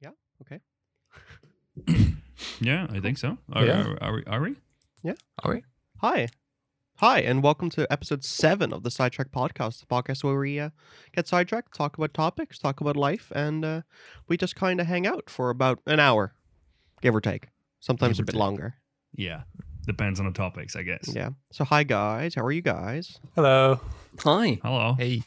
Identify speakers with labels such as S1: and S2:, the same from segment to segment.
S1: Yeah. Okay.
S2: Yeah, I think so. Are,
S3: Yeah.
S2: are, are we? Are we?
S3: Are we?
S1: Hi. Hi, and welcome to episode seven of the Sidetrack Podcast, the podcast where we uh, get sidetracked, talk about topics, talk about life, and uh, we just kind of hang out for about an hour, give or take. Sometimes
S2: Give
S1: a
S2: or
S1: bit
S2: take.
S1: longer.
S2: Yeah, depends on the topics, I guess.
S1: Yeah. So, hi, guys. How are you guys?
S3: Hello.
S4: Hi.
S2: Hello.
S3: Hey.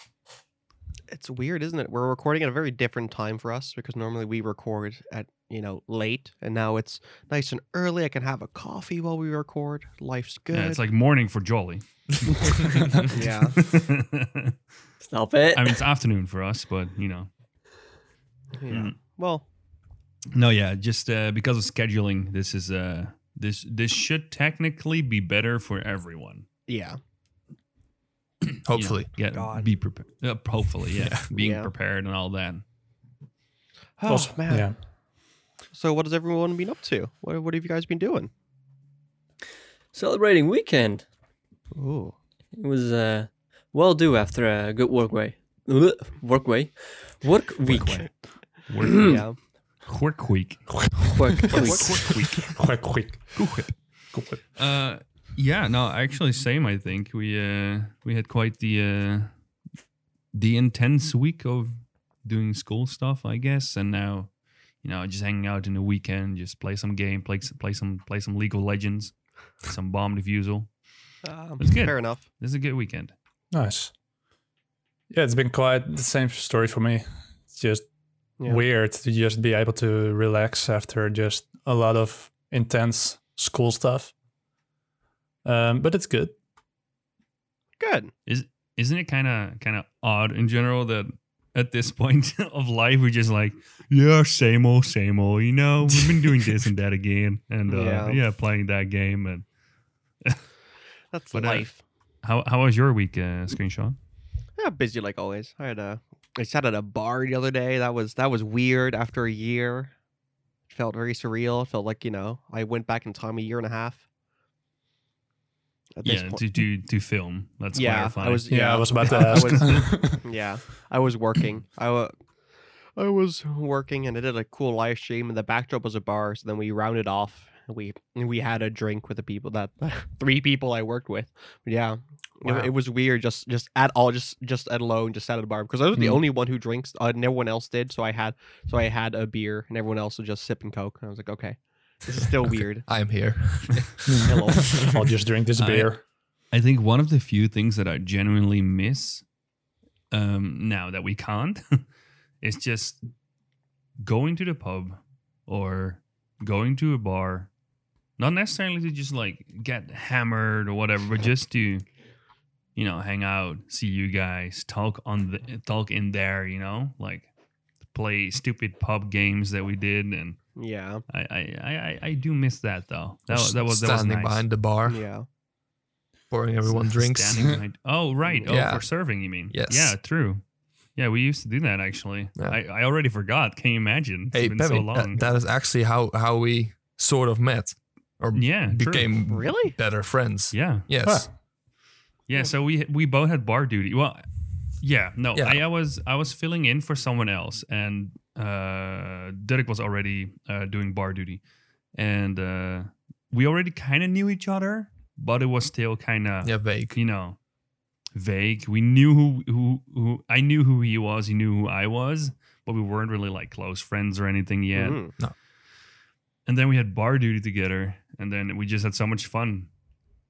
S1: It's weird, isn't it? We're recording at a very different time for us because normally we record at, you know, late, and now it's nice and early. I can have a coffee while we record. Life's good.
S2: Yeah, it's like morning for Jolly.
S1: Yeah.
S2: I
S4: Stop it.
S2: mean, it's afternoon for us, but you know.
S1: Yeah.
S2: Mm.
S1: Well,
S2: No, yeah, just uh, because of scheduling, this is uh this this should technically be better for everyone.
S1: yeah.
S2: you know.
S3: Hopefully.
S2: yeah,
S1: God.
S2: be prepared. Uh, hopefully, yeah, being
S1: Yeah.
S2: prepared and all that.
S1: Oh,
S3: Also-
S1: man. So, what has everyone been up to? What, what have you guys been doing?
S4: Celebrating weekend.
S1: Ooh.
S4: It was uh, well due after a good work way. Blech. Work way. Work week.
S2: way. Work,
S1: yeah.
S2: work week.
S4: Work week.
S2: Work week.
S3: Quick, quick.
S2: Uh, yeah, no, actually, same. I think we uh we had quite the uh the intense week of doing school stuff, I guess, and now you know just hanging out in the weekend, just play some game, play s- play some play some League of Legends, some bomb defusal.
S1: Um,
S2: That's good.
S1: Fair enough.
S2: This is a good weekend.
S3: Nice. Yeah, it's been quite the same story for me. It's just
S1: Yeah.
S3: weird to just be able to relax after just a lot of intense school stuff. Um, but it's good.
S1: Good.
S2: Isn't it kind of kind of odd in general that at this point of life we're just like yeah same old same old you know we've been doing this and that again and uh,
S1: Yeah.
S2: yeah playing that game and
S1: That's
S2: But, uh,
S1: life.
S2: How how was your week, uh, screenshot?
S1: yeah, busy like always. I had a. I sat at a bar the other day. That was that was weird. After a year, it felt very surreal. It felt like you know I went back in time a year and a half. At this
S2: Yeah,
S1: point,
S2: to to to film. Let's
S1: yeah,
S2: clarify.
S1: I was
S3: Yeah, I was about to
S1: I
S3: ask.
S1: was- Yeah, I was working. I wa- I was working, and I did a cool live stream, and the backdrop was a bar. So then we rounded off. And we and we had a drink with the people that three people I worked with. But yeah, it-
S3: Wow.
S1: it, was weird. Just just at all, just just at alone, just at a bar because I was the
S2: Hmm.
S3: Mm.
S1: only one who drinks, uh, and everyone else did. So I had so I had a beer, and everyone else was just sipping coke. And I was like, okay, this is still weird.
S5: I am here.
S1: Hello.
S3: I'll just drink this
S2: I-
S3: beer.
S2: I think one of the few things that I genuinely miss um, now that we can't is just going to the pub or going to a bar. Not necessarily to just like get hammered or whatever, but just to you know hang out, see you guys, talk on the talk in there. You know, like play stupid pub games that we did and.
S1: Yeah,
S2: I I, I, I do miss that though. That was that was that was
S5: standing
S2: nice.
S5: behind the bar,
S1: yeah,
S5: pouring everyone drinks.
S2: Standing behind- oh right. Oh,
S5: Yeah.
S2: for serving you mean?
S5: Yes.
S2: Yeah, true. Yeah, we used to do that actually.
S5: Yeah.
S2: I, I already forgot. Can you imagine? It's
S5: hey,
S2: been
S5: Pepe,
S2: so
S5: that-
S2: long.
S5: that is actually how how we sort of met or
S2: yeah, true.
S5: became
S1: really?
S5: better friends.
S2: Yeah,
S5: Yes.
S3: Huh.
S2: yeah. So we we both had bar duty. Well, yeah, no,
S5: Yeah.
S2: I, I was I was filling in for someone else, and uh, Dirk was already uh, doing bar duty, and uh, we already kind of knew each other, but it was still kind of
S5: Yeah, vague.
S2: you know vague we knew who, who who i knew who he was he knew who i was but we weren't really like close friends or anything yet
S1: Mhm.
S2: and then we had bar duty together and then we just had so much fun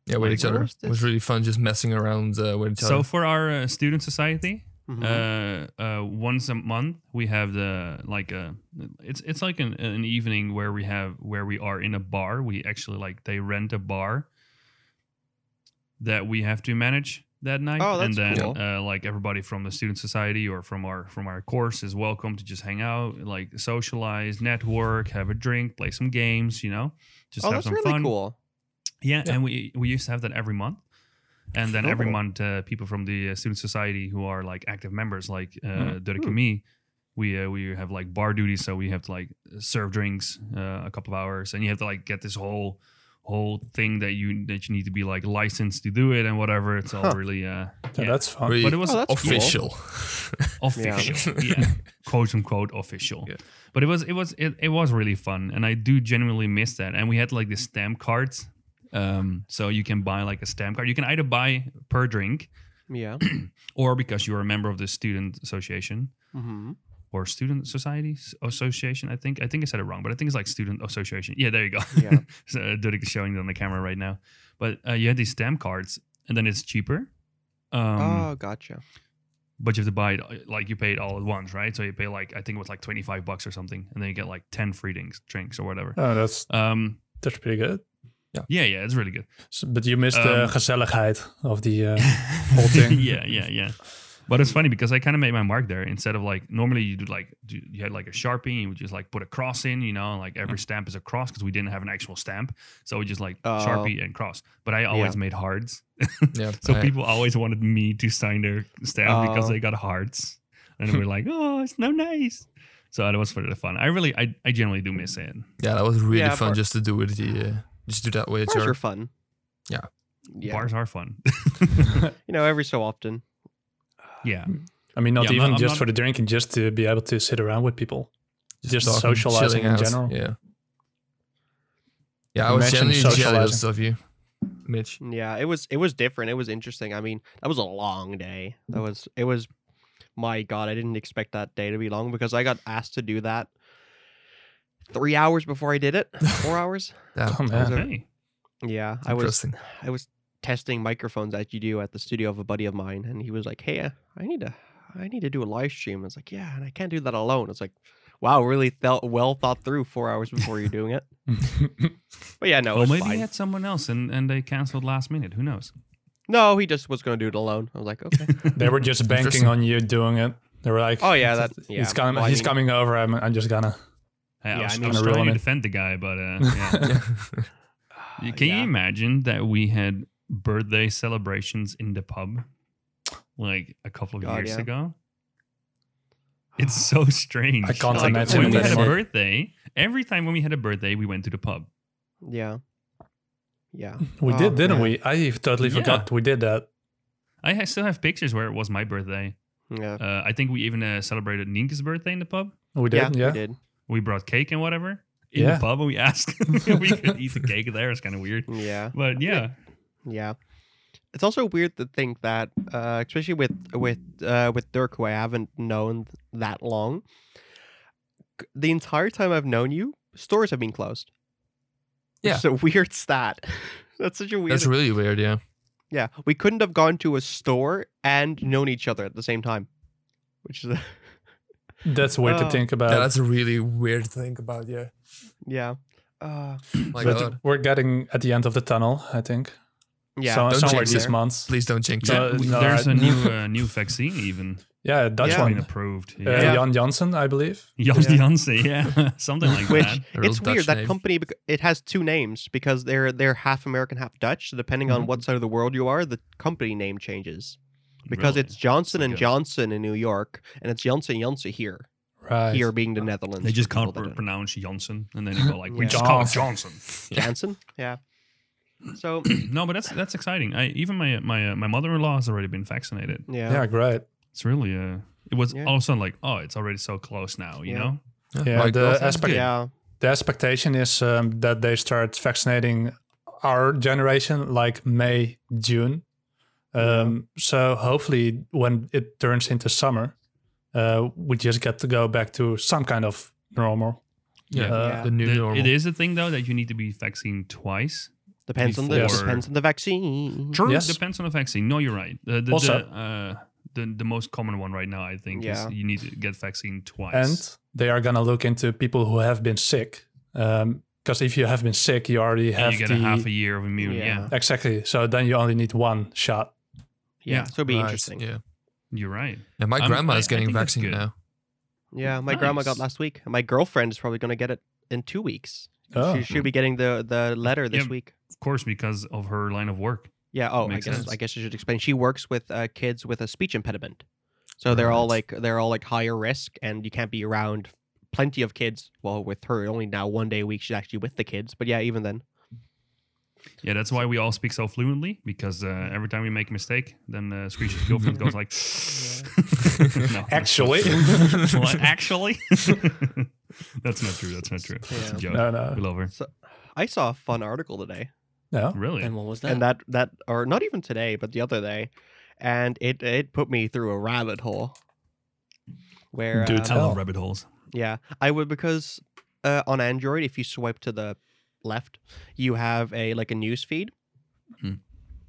S5: Yeah, with
S2: Like,
S5: each
S1: what
S5: other.
S1: was
S5: It was
S1: this?
S5: really fun just messing around uh, with each
S2: so
S5: other.
S2: for our uh, student society
S1: Mhm.
S2: uh, uh, once a month we have the like a it's it's like an, an evening where we have where we are in a bar we actually like they rent a bar that we have to manage that night
S1: Oh, that's
S2: and then
S1: cool.
S2: uh, like everybody from the student society or from our from our course is welcome to just hang out like socialize network have a drink play some games you know just
S1: oh,
S2: have
S1: that's
S2: some
S1: really
S2: fun
S1: cool.
S2: yeah,
S3: Yeah.
S2: and we we used to have that every month, and then every
S1: Oh.
S2: month uh, people from the uh, student society who are like active members, like uh,
S3: Mhm.
S2: Dirk
S1: Hmm.
S2: and me, we uh, we have like bar duty, so we have to like serve drinks uh, a couple of hours, and you have to like get this whole whole thing that you that you need to be like licensed to do it and whatever. It's all
S1: Huh.
S2: really uh
S3: Yeah,
S2: Yeah.
S3: that's fun.
S5: Really
S2: but it was
S1: Oh, that's cool.
S5: official.
S2: official. Yeah. Quote unquote official.
S5: Yeah.
S2: But it was it was it, it was really fun and I do genuinely miss that. And we had like the stamp cards. Um so you can buy like a stamp card. You can either buy per drink
S1: Yeah.
S2: or because you're a member of the student association
S1: hmm
S2: or student society S- association. I think I think I said it wrong, but I think it's like student association. Yeah, there you go.
S1: Yeah.
S2: so, uh, Dudek is showing it on the camera right now. But uh, you had these stamp cards, and then it's cheaper. Um,
S1: oh, gotcha.
S2: but you have to buy it uh, like you pay it all at once, right? So you pay like I think it was like twenty five bucks or something, and then you get like ten free drinks, drinks or whatever.
S3: Oh, that's
S2: Um,
S3: that's pretty good.
S2: yeah, yeah, it's really good.
S3: So, but you missed
S2: Um,
S3: the gezelligheid of the. Uh, whole thing.
S2: yeah, yeah, yeah. But it's funny because I kind of made my mark there. Instead of like normally you do like do- you had like a sharpie, and you would just like put a cross in, you know, and like
S3: Mm.
S2: every stamp is a cross because we didn't have an actual stamp, so we just like
S1: Oh.
S2: sharpie and cross. But I always made hearts,
S5: yeah.
S2: so
S5: I-
S2: people always wanted me to sign their stamp because
S1: Oh.
S2: they got hearts, and we're like, oh, it's no nice. So that was for the fun. I really, I, I generally do miss it.
S5: Yeah, that was really
S1: Yeah,
S5: fun
S1: bar-
S5: just to do with the uh, just do that with
S1: Bars are
S5: your
S1: fun.
S5: Yeah.
S1: Yeah.
S2: Bars are fun.
S1: You know, every so often.
S2: yeah,
S3: I mean, not
S2: Yeah, I'm
S3: even
S2: not- I'm
S3: just
S2: not-
S3: for the drinking, just to be able to sit around with people. Just socializing
S5: chilling
S3: in
S5: out.
S3: general.
S5: Yeah. Yeah, I was
S3: Imagine
S5: generally jealous
S3: socializing.
S5: of you, Mitch.
S1: Yeah, it was it was different. It was interesting. I mean, that was a long day. That was it was my god, I didn't expect that day to be long because I got asked to do that 3 hours before I did it. 4 hours?
S5: Yeah,
S3: Oh, man.
S2: okay.
S1: Yeah, I was
S5: interesting.
S1: I was testing microphones as you do at the studio of a buddy of mine, and he was like, "Hey, uh, I need to, I need to do a live stream." I was like, "Yeah," and I can't do that alone. It's like, wow, really felt well thought through four hours before you're doing it. But yeah, no, it
S2: well,
S1: was
S2: maybe
S1: fine.
S2: he had someone else and and they canceled last minute. Who knows?
S1: No, he just was gonna do it alone. I was like, okay,
S3: they were just banking
S5: Interesting.
S3: on you doing it. They were like,
S1: Oh, yeah, that- yeah.
S3: he's coming.
S1: Well, I
S3: he's
S1: mean-
S3: coming over. I'm, I'm just gonna.
S2: Yeah,
S1: Yeah, I
S2: I was, I
S1: mean-
S2: was
S3: Gonna
S2: trying
S3: ruin
S2: to
S3: it.
S2: defend the guy, but uh, yeah. You- can you
S1: Uh, Yeah.
S2: imagine that we had birthday celebrations in the pub like a couple of
S1: God,
S2: years
S1: yeah.
S2: ago? It's so strange.
S3: I can't
S2: Like,
S3: imagine
S2: when we
S5: that
S2: had a
S5: anymore.
S2: birthday. Every time when we had a birthday, we went to the pub.
S1: yeah, yeah.
S3: We
S1: Oh,
S3: did, didn't
S1: man.
S3: we? I totally
S2: Yeah.
S3: forgot we did that.
S2: I ha- still have pictures where it was my birthday.
S1: Yeah,
S2: Uh, I think we even uh, celebrated Ninka's birthday in the pub.
S3: We did.
S1: yeah,
S3: Yeah.
S1: we did.
S2: We brought cake and whatever in
S3: Yeah.
S2: the pub, and we asked if we could eat the cake there. It's kind of weird,
S1: Yeah,
S2: but yeah,
S1: yeah. It's also weird to think that, uh, especially with with uh, with Dirk, who I haven't known th- that long. c- The entire time I've known you, stores have been closed.
S5: Yeah.
S1: it's a weird stat. That's such a weird.
S5: That's really weird, yeah.
S1: yeah, we couldn't have gone to a store and known each other at the same time, which is a,
S3: That's weird to
S1: Oh.
S3: think
S5: yeah.
S3: about.
S5: That's a really weird thing about, yeah.
S1: yeah, uh,
S5: My
S3: but
S5: God.
S3: we're getting at the end of the tunnel, I think.
S1: yeah.
S3: So-
S5: Don't
S3: somewhere
S5: jinx
S3: these
S5: it.
S3: months.
S5: Please don't jinx
S3: So-
S5: it.
S2: Yeah,
S3: no,
S2: we- there's
S3: I-
S2: a new uh, new vaccine even
S3: Yeah, Dutch
S1: Yeah.
S2: been
S3: one.
S2: approved.
S3: Uh,
S2: Yeah.
S3: Jan Janssen, I believe.
S2: Jos
S1: Yeah.
S2: Jansen, yeah, something like
S1: Which
S2: that.
S5: A real
S1: it's
S5: Dutch
S1: weird that
S5: name.
S1: company bec- it has two names because they're they're half American, half Dutch. So depending on what side of the world you are, the company name changes because
S2: Really?
S1: it's Johnson
S2: I
S1: and
S2: guess.
S1: Johnson in New York, and it's Janssen Janssen here,
S3: Right.
S1: here being the Netherlands.
S2: they just
S1: for people
S2: can't
S1: that
S2: pr-
S1: don't-
S2: pronounce Janssen, and then they go like, "We
S1: Yeah.
S2: just call it Johnson."
S1: Janssen, yeah. So
S2: no, but that's that's exciting. I even my my uh, my mother-in-law has already been vaccinated.
S1: yeah,
S3: Yeah, great.
S2: It's really uh, it was
S1: Yeah.
S2: also like, oh, it's already so close now, you
S1: Yeah.
S2: know.
S3: Yeah,
S5: My
S3: the uh,
S5: God.
S3: aspect-
S1: yeah,
S3: The expectation is um, that they start vaccinating our generation like May, June. Um, So hopefully, when it turns into summer, uh, we just get to go back to some kind of normal.
S5: Yeah,
S3: Uh,
S1: Yeah.
S5: the new
S2: The-
S5: normal.
S2: it is a thing though that you need to be vaccinated twice.
S1: depends on the
S3: Yes.
S1: depends on the vaccine.
S2: True,
S3: Yes.
S2: depends on the vaccine. No, you're right. The the,
S3: Also-
S2: the, uh, the the most common one right now, I think,
S1: Yeah.
S2: is you need to get vaccine twice.
S3: And they are going to look into people who have been sick. Because if you have been sick, you already
S2: And
S3: have
S2: you get
S3: the.
S2: a half a year of immune.
S1: Yeah.
S2: yeah.
S3: exactly. So then you only need one shot.
S1: Yeah,
S2: Yeah.
S1: so it'd be
S5: Right,
S1: interesting. Yeah,
S5: Yeah.
S2: you're right.
S5: And my
S2: I'm-
S5: grandma
S2: I-
S5: is
S2: I
S5: getting
S2: think that's
S5: vaccinated
S2: good.
S5: now.
S1: my grandma got
S2: Nice.
S1: last week, and my girlfriend is probably gonna get it in two weeks.
S3: Oh.
S1: She should be getting the the letter this
S2: Yeah.
S1: week.
S2: Of course, because of her line of work.
S1: Yeah. Oh, I
S2: Makes
S1: guess
S2: sense.
S1: I guess I should explain. She works with uh, kids with a speech impediment, so they're all
S5: Right.
S1: like they're all like higher risk, and you can't be around plenty of kids. Well, with her only now one day a week, she's actually with the kids. But yeah, even then,
S2: Yeah, that's why we all speak so fluently because uh, every time we make a mistake, then uh, Screech's girlfriend goes like, No, that's
S3: Actually.
S2: not true. Well, actually, that's not true. That's not true. That's a
S1: Yeah.
S2: joke.
S3: No,
S2: We
S3: no.
S2: love her.
S1: I saw a fun article today,
S3: No.
S2: Really?
S4: And what was that?
S1: and that that or not even today, but the other day, and it it put me through a rabbit hole. Where
S3: Do
S1: um,
S2: I
S3: tell.
S2: love
S3: Oh.
S2: rabbit holes.
S1: Yeah, I would because uh, on Android, if you swipe to the left, you have a like a news feed,
S2: Mm.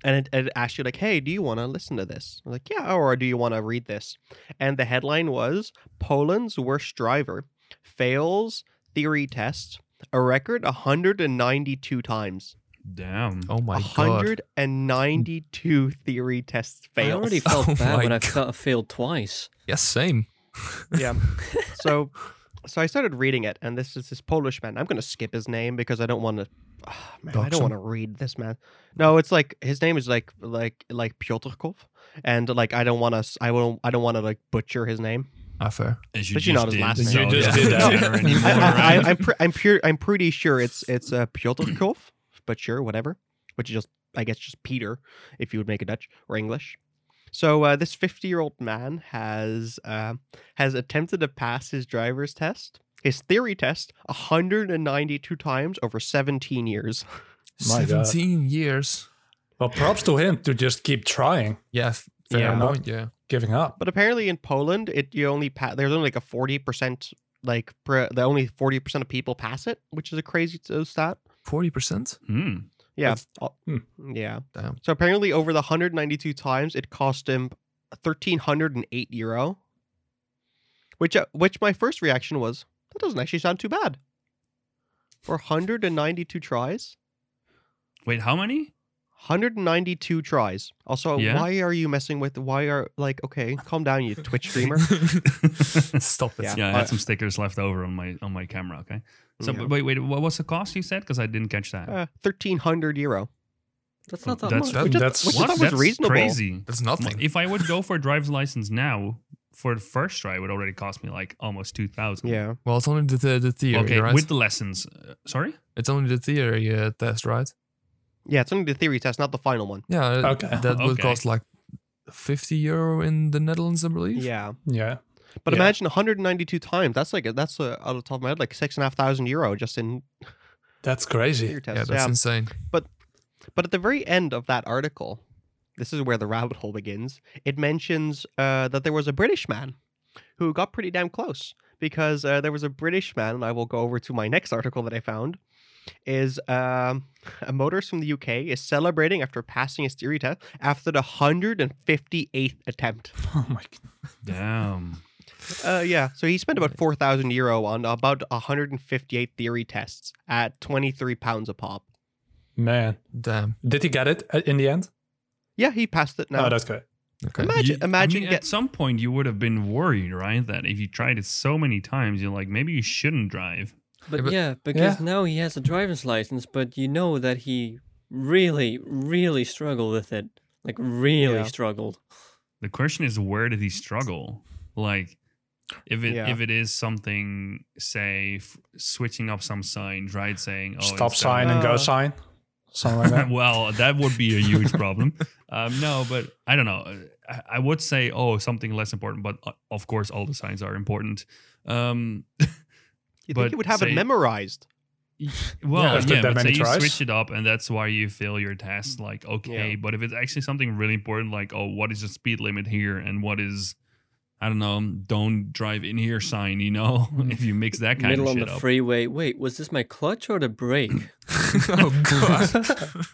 S1: and it, it asks you like, "Hey, do you want to listen to this?" I'm like, "Yeah," or "Do you want to read this?" And the headline was Poland's worst driver fails theory test a record 192 times.
S2: Damn.
S5: Oh my god.
S1: 192 theory tests
S4: I
S1: failed.
S4: already felt
S5: Oh
S4: bad
S5: my
S4: when I
S5: God.
S4: felt, failed twice.
S5: Yes, same.
S1: yeah. So, so I started reading it, and this is this Polish man. I'm gonna skip his name because I don't want to. man, I
S5: Dox
S1: don't
S5: him?
S1: want to read this man. No, it's like his name is like like like Piotrkov, and like I don't want to. I won't. I don't want to like butcher his name.
S5: Ah, fair.
S2: As
S1: But you know his last
S3: name. You just
S2: it
S3: did
S2: doesn't
S3: that.
S2: matter
S5: I-
S2: anymore,
S1: I, I,
S2: right?
S1: I, I'm pre- I'm pure. I'm pretty sure it's it's uh, Piotrkov, but sure, whatever. Which is just I guess just Peter, if you would make it Dutch or English. So uh, this 50 year old man has uh, has attempted to pass his driver's test, his theory test, 192 times over 17 years.
S3: My God.
S5: 17 years.
S3: Well, props to him to just keep trying,
S5: Yeah, f- fair
S1: Yeah.
S5: point. Yeah.
S3: giving up.
S1: But apparently in Poland, it you only pa- there's only like a 40 percent like pre- the only 40 percent of people pass it, which is a crazy uh, stat.
S5: 40%?
S2: Hmm.
S1: Yeah.
S5: That's-
S1: uh,
S3: Hmm.
S1: Yeah.
S5: Damn.
S1: So apparently, over the 192 times, it cost him 1,308 euro. Which, uh, which my first reaction was, that doesn't actually sound too bad. For 192 tries,
S2: Wait, how many?
S1: 192 tries. Also,
S2: Yeah.
S1: why are you messing with? Why are like okay, calm down, you Twitch streamer.
S5: Stop it.
S1: Yeah.
S2: Yeah, I
S1: I-
S2: had some stickers left over on my on my camera. Okay. So
S1: Yeah.
S2: but wait, wait. What was the cost you said? Because I didn't catch that.
S1: Uh, 1,300 euro.
S4: That's not that
S2: That's-
S4: much.
S5: That-
S1: Which I-
S3: that's-
S1: which I
S2: What?
S1: thought was
S2: That's
S1: reasonable.
S2: crazy.
S5: That's nothing.
S2: If I would go for a driver's license now, for the first try, it would already cost me like almost two thousand.
S1: Yeah.
S5: Well, it's only the, the, the theory,
S2: Okay,
S5: right?
S2: with the lessons. Uh, sorry.
S5: it's only the theory uh, test, right?
S1: Yeah, it's only the theory test, not the final one.
S5: Yeah. uh,
S3: Okay.
S5: That would
S2: Okay.
S5: cost like 50 euro in the Netherlands, I believe.
S1: Yeah.
S3: Yeah.
S1: But
S3: Yeah.
S1: imagine 192 times. That's like that's uh, out of the top of my head, like six and a half thousand euro just in
S3: That's crazy.
S1: ear
S5: Yeah,
S1: tests.
S5: that's insane.
S1: But at the very end of that article, this is where the rabbit hole begins. It mentions uh, that there was a British man who got pretty damn close because uh, there was a British man, and I will go over to my next article that I found. Is um, a motorist from the UK is celebrating after passing his theory test after the 158th attempt.
S3: Oh my god.
S2: Damn.
S1: Uh, yeah, so he spent about 4,000 euro on about 158 theory tests at 23 pounds a pop.
S3: Man.
S5: Damn.
S3: Did he get it uh, in the end?
S1: Yeah, he passed it
S3: No,
S1: now.
S3: oh, that's good.
S5: Okay.
S1: imagine,
S2: You- I
S1: imagine
S2: mean,
S1: get-
S2: at some point you would have been worried, right? That if you tried it so many times, you're like, maybe you shouldn't drive.
S5: Yeah,
S4: But
S5: but-
S4: yeah, because now he has a driver's license, but you know that he really, really struggled with it. Like, really
S1: Yeah.
S4: struggled.
S2: The question is, where did he struggle? Like, if it
S1: Yeah.
S2: if it is something, say, f- switching up some signs, right? Saying, oh,
S3: Stop
S2: instead of-
S3: sign and
S1: Uh,
S3: go sign. Something like that.
S2: well, that would be a huge problem. Um, no, but I don't know. I, I would say, oh, something less important, but uh, of course, all the signs are important. Um,
S1: You think
S2: But
S1: he would have it
S2: say-
S1: memorized?
S2: well,
S3: After
S2: yeah,
S3: that
S2: but say
S3: many
S2: you
S3: tries?
S2: switch it up, and that's why you fail your test. Like, okay,
S1: Yeah.
S2: but if it's actually something really important, like, oh, what is the speed limit here, and what is, I don't know, don't drive in here sign. You know, if you mix that kind
S4: Middle
S2: of
S4: on
S2: shit
S4: the
S2: up.
S4: freeway. Wait, was this my clutch or the brake?
S5: oh, God.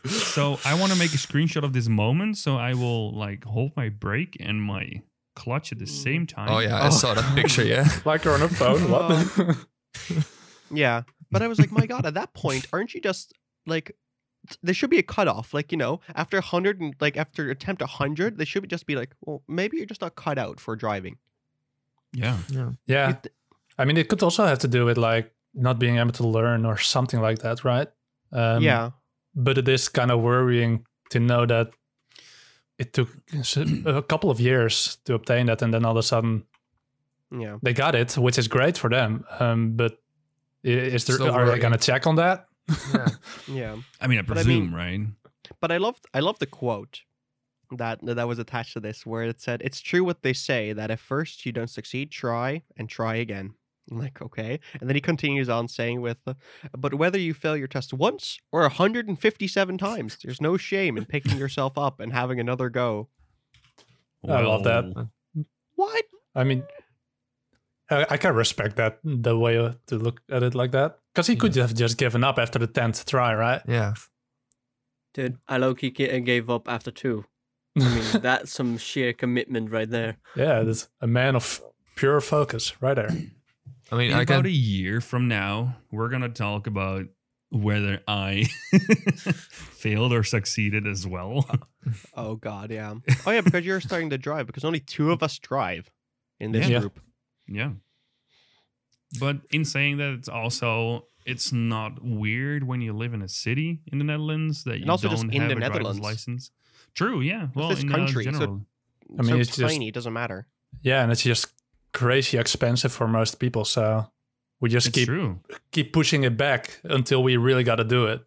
S2: so I want to make a screenshot of this moment, so I will like hold my brake and my clutch at the same time.
S5: oh, yeah. I saw that picture, yeah.
S3: like you're on a phone. What?
S1: Yeah. But I was like, my God, at that point, aren't you just like, t- there should be a cutoff. Like, you know, after 100, and like after attempt 100, they should just be like, well, maybe you're just not cut out for driving.
S2: Yeah.
S3: yeah.
S1: You th-
S3: I mean, it could also have to do with like not being able to learn or something like that, right? Um,
S1: yeah.
S3: But it is kind of worrying to know that it took s- a couple of years to obtain that, and then all of a sudden
S1: Yeah.
S3: they got it, which is great for them. Um, but i- is there
S5: Still
S3: are they
S5: worrying.
S3: going to check on that?
S5: Yeah.
S1: Yeah.
S2: I mean, I
S1: I mean-
S2: presume, right?
S1: But I loved I loved the quote that that was attached to this where it said, It's true what they say that if first you don't succeed, try and try again. I'm like, okay. And then he continues on saying with uh, but whether you fail your test once or 157 times, there's no shame in picking yourself up and having another go.
S3: I love that.
S2: Well,
S1: What?
S3: I mean, I, I can respect that the way uh, to look at it like that because he could have just given up after the tenth try, right?
S5: Yeah.
S4: Dude, I low key g- gave up after two. I mean, that's some sheer commitment right there.
S3: yeah, that's a man of pure focus right there.
S5: I mean,
S2: In
S5: I
S2: about
S5: can.
S2: a year from now, we're gonna talk about whether I failed or succeeded as well.
S1: Oh god, yeah. Oh yeah, because you're starting to drive because only two of us drive in this
S3: Yeah.
S1: group.
S2: Yeah. But in saying that, it's also it's not weird when you live in a city in the Netherlands that you
S1: also
S2: don't
S1: just in
S2: have
S1: the
S2: a driver's
S1: Netherlands.
S2: license. True. Yeah. Well,
S1: this
S2: in the Netherlands
S1: country, so-
S2: general.
S3: I mean,
S1: so
S3: it's just-
S1: tiny, it doesn't matter.
S3: Yeah, and it's just crazy expensive for most people, so we just
S2: it's
S3: keep
S2: true.
S3: keep pushing it back until we really got to do it.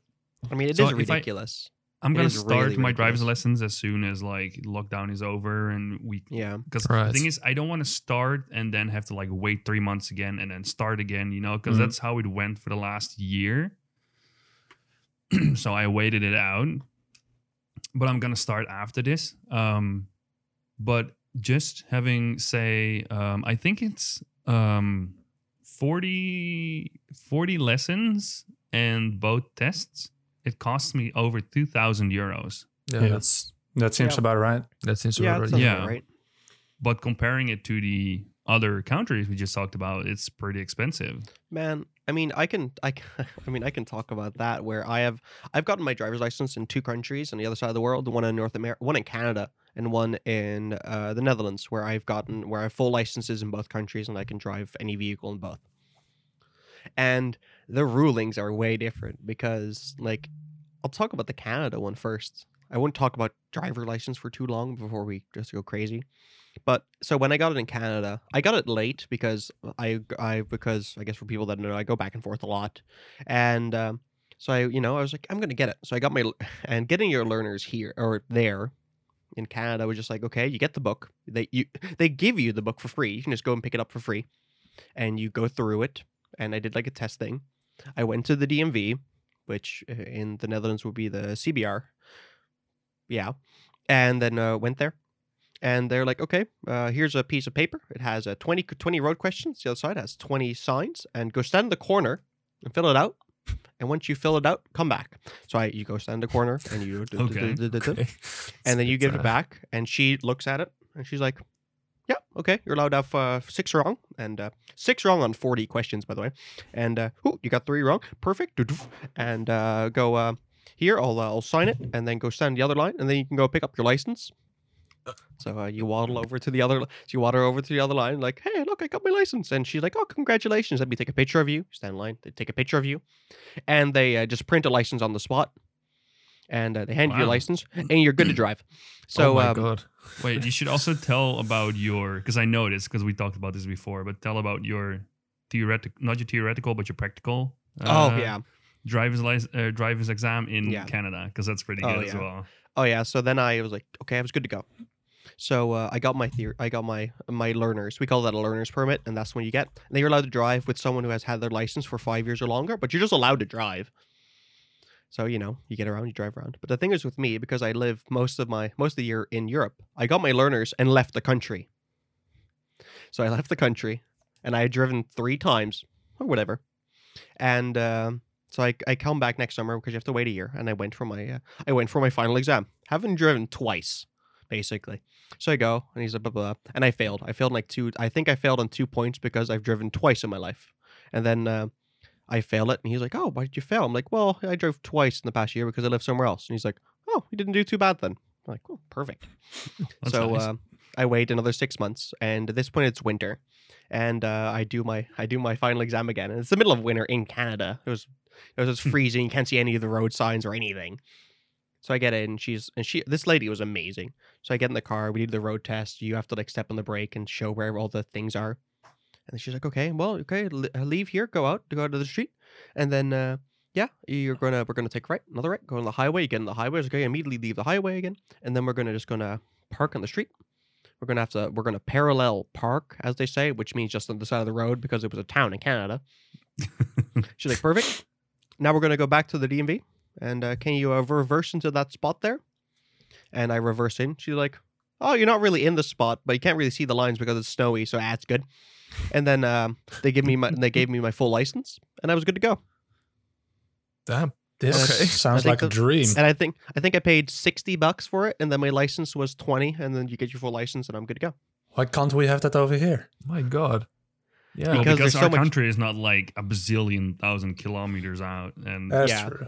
S1: I mean, it is
S2: So if I-
S1: ridiculous.
S2: I'm
S1: It
S2: gonna
S1: is
S2: start
S1: really
S2: my driver's
S1: ridiculous.
S2: lessons as soon as like lockdown is over and we
S1: yeah.
S2: because the
S5: Right.
S2: thing is I don't want to start and then have to like wait three months again and then start again, you know, because
S3: Mhm.
S2: that's how it went for the last year. so I waited it out, but I'm gonna start after this. Um, but just having say, um, I think it's um 40 40 lessons and both tests. It costs me over two thousand euros.
S5: Yeah,
S3: Yeah.
S5: That's
S3: That seems
S1: Yeah.
S3: about right.
S5: that seems
S1: Yeah,
S5: about
S1: that
S5: right.
S1: sounds
S2: Yeah.
S1: about right.
S2: but comparing it to the other countries we just talked about, it's pretty expensive.
S1: Man, I mean, I can, I, can, I mean, I can talk about that. Where I have, I've gotten my driver's license in two countries on the other side of the world. One in North America, one in Canada, and one in uh, the Netherlands, where I've gotten, where I have full licenses in both countries, and I can drive any vehicle in both. And the rulings are way different because, like, I'll talk about the Canada one first. I won't talk about driver license for too long before we just go crazy. But so when I got it in Canada, I got it late because um, I I because I guess for people that know, I go back and forth a lot, and um, so I you know I was like I'm gonna get it. So I got my and getting your learners here or there in Canada was just like okay, you get the book. They you they give you the book for free. You can just go and pick it up for free, and you go through it. And I did like a test thing. I went to the DMV, which uh, in the Netherlands would be the CBR. Yeah, and then uh, went there and they're like, okay, uh, here's a piece of paper. It has uh, 20, c- 20 road questions. The other side has 20 signs. And go stand in the corner and fill it out. And once you fill it out, come back. So I, you go stand in the corner and you, do- do- do-
S2: Okay.
S1: do- do- do,
S5: Okay.
S1: and then you give
S5: Uh,
S1: it back. And she looks at it and she's like, yeah, okay, you're allowed to have uh, six wrong. And uh, six wrong on 40 questions, by the way. And uh, ooh, you got three wrong. Perfect. Doo-doo. And uh, go uh, here, I'll, uh, I'll sign it and then go stand the other line. And then you can go pick up your license. So uh, you waddle over to the other. So you waddle over to the other line, like, "Hey, look, I got my license." And she's like, "Oh, congratulations!" Let me take a picture of you. Stand in line. They take a picture of you, and they uh, just print a license on the spot, and uh, they hand you
S2: Wow.
S1: your license, and you're good to drive. So,
S5: Mm. oh my
S1: um,
S5: god.
S2: Wait, you should also tell about your because I noticed because we talked about this before, but tell about your theoretical, not your theoretical, but your practical.
S1: oh
S2: uh,
S1: yeah,
S2: driver's license, uh, driver's exam in
S1: Yeah.
S2: Canada because that's pretty
S1: Oh,
S2: good as
S1: yeah.
S2: well.
S1: oh yeah. So then I was like, "Okay, I was good to go." So uh, I got my theory. I got my my learners. We call that a learner's permit, and that's when you get. And then you're allowed to drive with someone who has had their license for five years or longer, but you're just allowed to drive. So you know, you get around, you drive around. But the thing is with me, because I live most of my most of the year in Europe, I got my learners and left the country. So I left the country, and I had driven three times or whatever, and um so I, I come back next summer because you have to wait a year, and I went for my uh, I went for my final exam, having driven twice, basically. So I go, and he's like blah blah, blah, and I failed. I failed like two. I think I failed on two points because I've driven twice in my life, and then. Uh, I fail it. And he's like, Oh, why did you fail? I'm like, Well, I drove twice in the past year because I lived somewhere else. And he's like, Oh, you didn't do too bad then. I'm like, Well, perfect.
S2: That's
S1: so
S2: nice.
S1: uh, I wait another six months. And at this point, it's winter. And uh, I do my I do my final exam again. And it's the middle of winter in Canada. It was it was
S2: Hmm.
S1: just freezing. You can't see any of the road signs or anything. So I get in. She's and she this lady was amazing. So I get in the car. We do the road test. You have to like step on the brake and show where all the things are. And she's like, okay, well, okay, l- uh, leave here, go out, go out to the street, and then uh, yeah, you're gonna we're gonna take right, another right, go on the highway again. The highway is okay. Immediately leave the highway again, and then we're gonna just gonna park on the street. We're gonna have to we're gonna parallel park, as they say, which means just on the side of the road because it was a town in Canada. She's like, perfect. Now we're gonna go back to the DMV, and uh, can you uh, reverse into that spot there? And I reverse in. She's like, oh, you're not really in the spot, but you can't really see the lines because it's snowy, so that's good. And then um, they give me my they gave me my full license, and I was good to go.
S5: Damn.
S3: This
S5: Okay.
S3: sounds
S1: I
S3: like
S1: think
S3: a
S1: the-
S3: dream.
S1: And I think I think I paid sixty bucks for it, and then my license was twenty, and then you get your full license, and I'm good to go.
S3: Why can't we have that over here?
S5: My God. Yeah.
S2: Well,
S1: Because
S2: because,
S1: there's so
S2: our
S1: much-
S2: country is not like a bazillion thousand kilometers out and
S3: That's
S1: Yeah.
S3: true.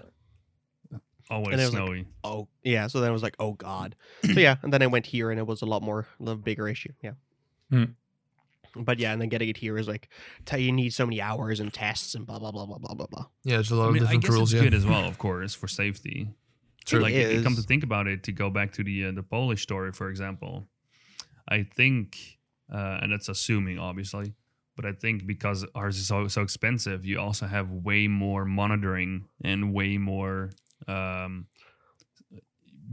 S2: always
S1: Uh, and it was like-
S2: snowy.
S1: Oh yeah, so then I was like, oh god. so yeah, and then I went here, and it was a lot more, a little bigger issue. Yeah.
S3: Hmm.
S1: But yeah, and then getting it here is like, tell you need so many hours and tests and blah blah blah blah blah blah blah.
S5: Yeah, there's a lot
S2: I
S5: of
S2: mean, I
S5: different
S2: guess
S5: rules.
S2: it's
S5: Yeah.
S2: good as well, of course, for safety.
S1: True.
S2: like
S1: It
S2: if you come to
S1: is.
S2: think about it, to go back to the uh, the Polish story, for example, I think, uh, and that's assuming obviously, but I think because ours is so so expensive, you also have way more monitoring and way more um,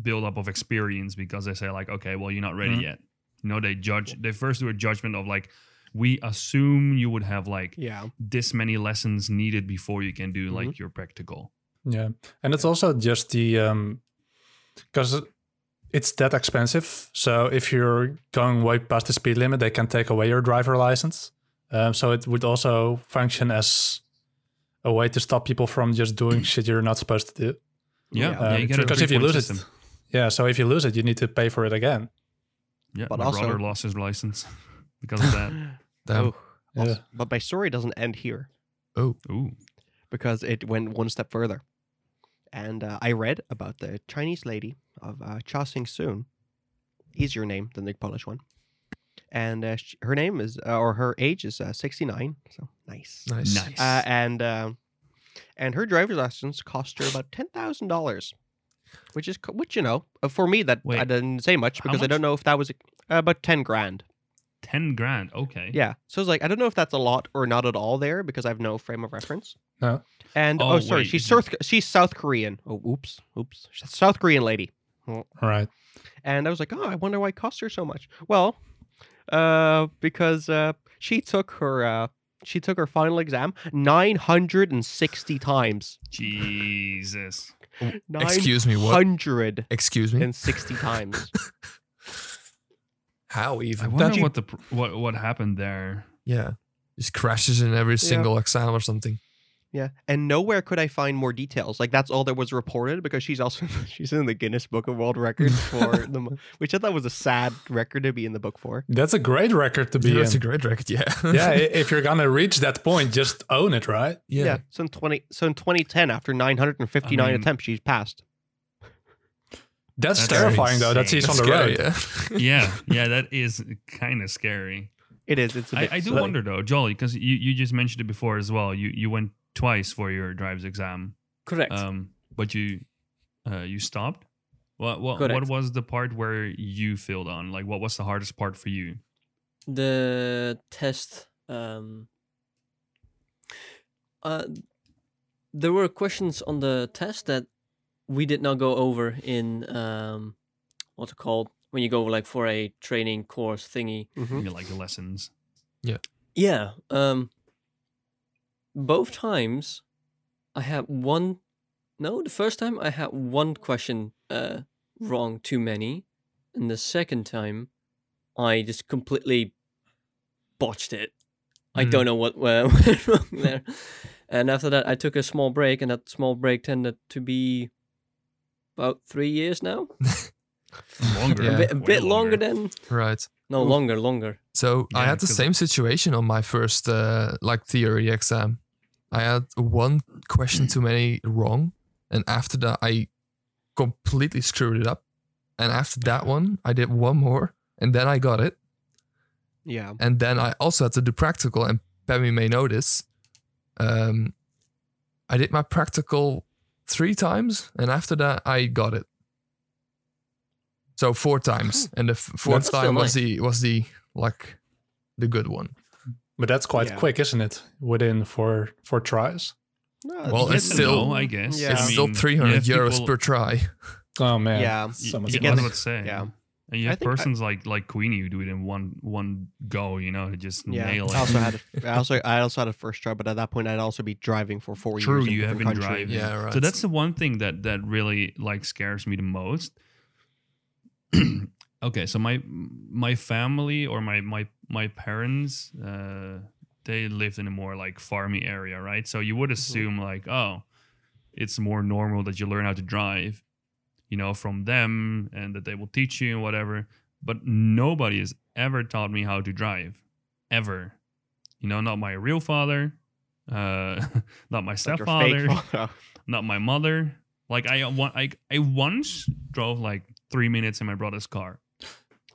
S2: build up of experience because they say like, okay, well you're not ready
S5: Mm-hmm.
S3: Mhm.
S2: yet. You know, they judge. They first do a judgment of like, we assume you would have like
S1: Yeah.
S2: this many lessons needed before you can do
S1: Mm-hmm.
S2: like your practical.
S3: Yeah, and it's also just the um, because it's that expensive. So if you're going way past the speed limit, they can take away your driver license. Um, so it would also function as a way to stop people from just doing shit you're not supposed to do.
S1: Yeah.
S2: Yeah, yeah,
S3: Um,
S2: you get a
S3: because if you
S2: three-point
S3: lose
S2: system.
S3: it, yeah. So if you lose it, you need to pay for it again.
S2: Yeah,
S1: But
S2: my
S1: also-
S2: brother lost his license because of that.
S5: Damn.
S2: Oh,
S1: Ooh. Also-
S3: Yeah.
S1: But my story doesn't end here
S2: Ooh,
S1: because it went one step further, and uh, I read about the Chinese lady of uh, Cha Sing Soon, easier name than the Polish one, and uh, sh her name is uh, or her age is uh, sixty nine, so nice.
S5: Nice.
S2: nice.
S1: Uh, and um and her driver's license cost her about ten thousand dollars, which is co- which you know uh, for me that I
S2: Wait,
S1: didn't say much
S2: how
S1: because I
S2: much?
S1: don't know if that was uh, about ten grand.
S2: Ten grand. Okay.
S1: Yeah, so it's like I don't know if that's a lot or not at all there because I have no frame of reference.
S3: No.
S1: And oh,
S2: Oh,
S1: sorry,
S2: wait,
S1: she's
S2: you-
S1: South she's South Korean. Oh, oops, oops, she's a South Korean lady.
S3: Right.
S1: And I was like, oh, I wonder why it cost her so much. Well, uh, because uh, she took her uh, she took her final exam nine hundred and sixty times.
S2: Jesus.
S5: Excuse me, what?
S1: Hundred
S5: Excuse me.
S1: and sixty times.
S5: How
S2: I
S5: even?
S2: wonder
S5: Don't you-
S2: what the pr- what what happened there.
S5: yeah. Just crashes in every single exam or something.
S1: Yeah, and nowhere could I find more details. Like that's all that was reported because she's also she's in the Guinness Book of World Records for the, mo- which I thought was a sad record to be in the book for.
S3: That's a great record to be
S5: Yeah, that's a
S3: in.
S5: great record. Yeah.
S3: yeah, i- if you're gonna reach that point, just own it, right?
S5: yeah.
S1: So in twenty, so in twenty ten, after nine hundred and fifty nine
S2: I mean-
S1: attempts, she's passed.
S3: That's,
S2: That's
S3: terrifying, though. That
S2: insane.
S3: he's
S5: That's
S3: on the
S5: scary,
S3: road.
S5: Yeah.
S2: Yeah, yeah, that is kind of scary.
S1: It is. It's. A
S2: I,
S1: bit
S2: I do
S1: silly.
S2: wonder though, Jolly, because you, you just mentioned it before as well. You you went twice for your driver's exam,
S4: Correct.
S2: um, but you uh, you stopped. What what what
S4: Correct.
S2: was the part where you failed on? Like, what was the hardest part for you?
S4: the test um uh there were questions on the test that we did not go over in um what's it called when you go like for a training course thingy
S1: Mhm.
S2: You know, like the lessons.
S4: yeah um both times i had one no the first time i had one question uh wrong too many and the second time i just completely botched it i
S5: Hmm.
S4: don't know what uh, went wrong there and after that i took a small break and that small break tended to be about three years now
S2: Longer,
S5: Yeah.
S4: a bit, a
S2: way
S4: bit longer. than
S5: Right.
S4: no
S1: Oof.
S4: longer longer
S5: So I
S2: Yeah,
S5: had the
S2: 'cause-
S5: same situation on my first uh, like theory exam. I had one question too many wrong, and after that I completely screwed it up. And after that one, I did one more, and then I got it.
S1: Yeah.
S5: And then I also had to do practical. And Pammy may know this. Um, I did my practical three times, and after that I got it. So four times, and the f- fourth
S4: That's still
S5: time
S4: nice.
S5: was the was the like the good one.
S3: But that's quite
S1: Yeah.
S3: quick, isn't it? Within four four tries.
S1: No,
S5: Well,
S1: yes
S5: it's
S1: and
S5: still-
S1: no,
S2: I guess.
S1: Mm-hmm. Yeah.
S5: it's
S2: I
S5: still
S2: mean,
S5: 300
S2: you have
S5: euros
S2: people-
S5: per try.
S3: Oh man.
S1: Yeah.
S2: y-
S3: So much
S2: yeah,
S1: money.
S2: that's what I'm saying.
S1: Yeah.
S2: And you
S1: I
S2: have
S1: think I-
S2: persons like like Queenie who do it in one one go, you know, to just
S1: Yeah,
S2: nail it.
S1: I also had a, I also I also had a first try, but at that point I'd also be driving for four
S2: True,
S1: years. in
S2: you have
S1: different
S2: been
S1: country.
S2: driving.
S5: Yeah, right.
S2: So that's the one thing that that really like scares me the most. okay, so my my family or my my my parents, uh, they lived in a more like farmy area, right? So you would
S1: Mm-hmm.
S2: assume like, oh, it's more normal that you learn how to drive, you know, from them, and that they will teach you and whatever. But nobody has ever taught me how to drive, ever. You know, not my real father, uh, not my
S1: Like your fake
S2: stepfather
S1: photo.
S2: not my mother. Like I want, I I once drove like three minutes in my brother's car,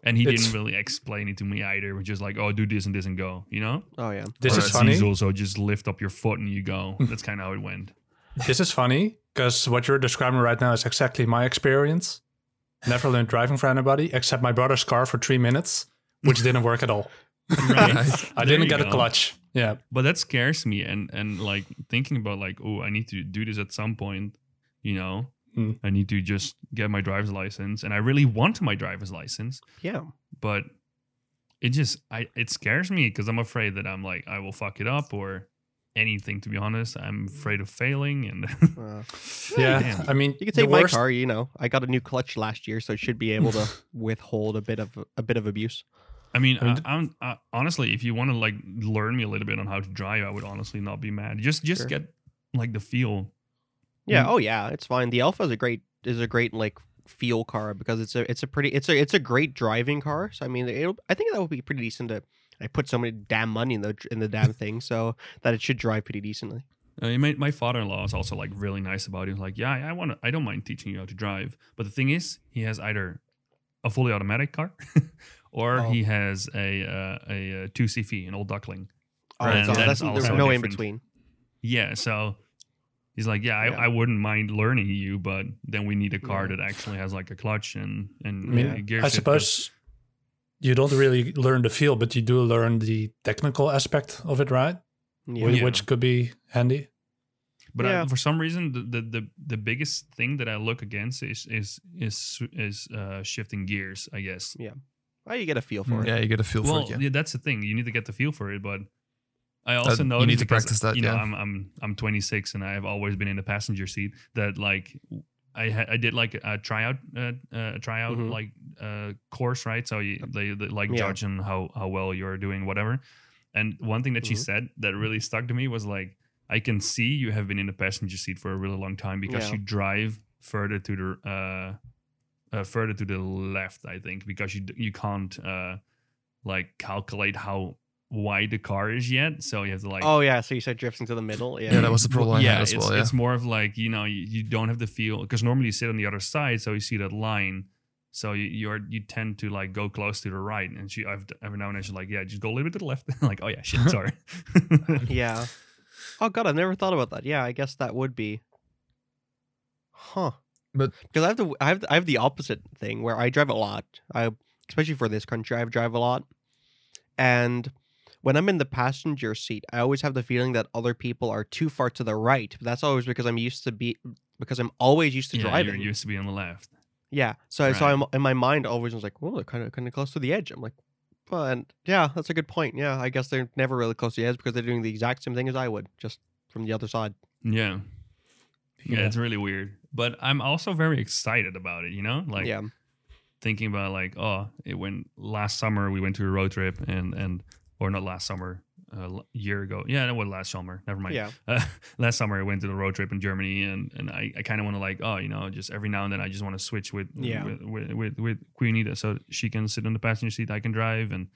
S2: and he
S3: It's-
S2: didn't really explain it to me either. We're just like, oh, do this and this and go, you know.
S1: Oh yeah.
S3: This
S5: Or
S3: is
S5: it's
S3: funny.
S2: Diesel, so "Oh, just lift up your foot and you go. That's kind of how it went.
S3: This is funny because what you're describing right now is exactly my experience. Never learned driving for anybody except my brother's car for three minutes, which didn't work at all.
S5: Nice.
S3: I
S2: There you
S3: didn't get a
S2: go.
S3: clutch. Yeah.
S2: but that scares me and and like thinking about like oh i need to do this at some point you know
S3: Mm.
S2: i need to just get my driver's license and i really want my driver's license
S1: Yeah.
S2: but it just i it scares me because i'm afraid that i'm like i will fuck it up or anything to be honest i'm afraid of failing and
S1: Uh,
S3: Yeah.
S2: Damn.
S3: I mean,
S1: you can
S3: the
S1: take my
S3: worst-
S1: car. You know, I got a new clutch last year, so it should be able to withhold a bit of a bit of abuse.
S2: i mean
S3: I mean,
S2: I,
S3: th-
S2: i'm I, honestly if you want to like learn me a little bit on how to drive i would honestly not be mad just just
S1: Sure.
S2: get like the feel
S1: Yeah.
S2: Mm-hmm.
S1: Oh yeah, it's fine. The Alpha is a great is a great like feel car because it's a it's a pretty it's a it's a great driving car. So I mean, it'll, I think that would be pretty decent to. I put so many damn money in the in the damn thing, so that it should drive pretty decently.
S2: Uh, my my father in law is also like really nice about it. He's Like, yeah, I want to, I don't mind teaching you how to drive. But the thing is, he has either a fully automatic car, or
S5: Oh.
S2: he has a uh, a uh, two CV, an old duckling.
S1: Oh,
S2: Right,
S1: it's all-
S2: and
S1: that's,
S2: that's
S1: there's
S2: also
S1: no in
S2: different.
S1: between.
S2: Yeah, so he's like, yeah, I,
S1: Yeah.
S2: I wouldn't mind learning you, but then we need a car
S1: Yeah.
S2: that actually has like a clutch and and
S3: I mean,
S2: uh, gear
S3: I
S2: shift.
S3: suppose you don't really learn the feel, but you do learn the technical aspect of it, right?
S1: Yeah.
S3: Wh-
S2: Yeah.
S3: Which could be handy.
S2: But
S1: Yeah.
S2: I, for some reason, the, the the the biggest thing that I look against is is is is uh, shifting gears. I guess.
S1: Oh, you get a
S2: Mm,
S1: feel for it.
S5: yeah, you get a feel
S2: well,
S5: for it. Yeah. Uh,
S2: yeah, that's the thing. You need to get the feel for it, but I also
S5: you
S2: know
S5: need to practice that,
S2: You know,
S5: yeah.
S2: I'm I'm I'm 26 and I have always been in the passenger seat. That like I ha- I did like a tryout uh, uh, tryout
S5: Mm-hmm.
S1: Mhm.
S2: like uh, course, right? So you, they, they like
S1: Yeah.
S2: judge on how how well you're doing, whatever. And one thing that she
S1: Mhm.
S5: Mm-hmm.
S2: said that really stuck to me was like, I can see you have been in the passenger seat for a really long time because
S1: Yeah.
S2: you drive further to the uh, uh, further to the left, I think, because you d- you can't uh, like calculate how wide the car is yet. So you have to like
S1: oh yeah, so you said drifting to the middle. Yeah.
S5: Yeah, that was the problem I
S2: yeah,
S5: had as
S2: it's,
S5: well. Yeah.
S2: it's more of like you know you, you don't have the feel because normally you sit on the other side, so you see that line. So you you're, you tend to like go close to the right, and she I've, every now and then she's like, yeah, just go a little bit to the left. like oh yeah, shit, sorry.
S1: yeah. Oh god, I never thought about that. Yeah, I guess that would be. Huh.
S5: But-
S1: because I have the I have the, I have the opposite thing where I drive a lot. I especially for this country, I drive a lot, and when I'm in the passenger seat, I always have the feeling that other people are too far to the right. But that's always because I'm used to be because I'm always used to
S2: yeah,
S1: driving.
S2: You're used to be on the left.
S1: Yeah. So so
S2: Right.
S1: I'm in my mind always was like, well, they're kind of kind of close to the edge. I'm like, well, and yeah, that's a good point. Yeah, I guess they're never really close to the edge because they're doing the exact same thing as I would, just from the other side.
S2: Yeah. yeah,
S3: Yeah.
S2: it's really weird. But I'm also very excited about it. You know, like
S1: yeah.
S2: thinking about like oh it went last summer we went to a road trip and and or not last summer a l- year ago yeah that was last summer never mind
S1: Yeah.
S2: uh, last summer i went to the road trip in germany and and i, I kind of want to like oh you know just every now and then i just want to switch with
S1: Yeah.
S2: with with, with, with queenie that- so she can sit in the passenger seat i can drive and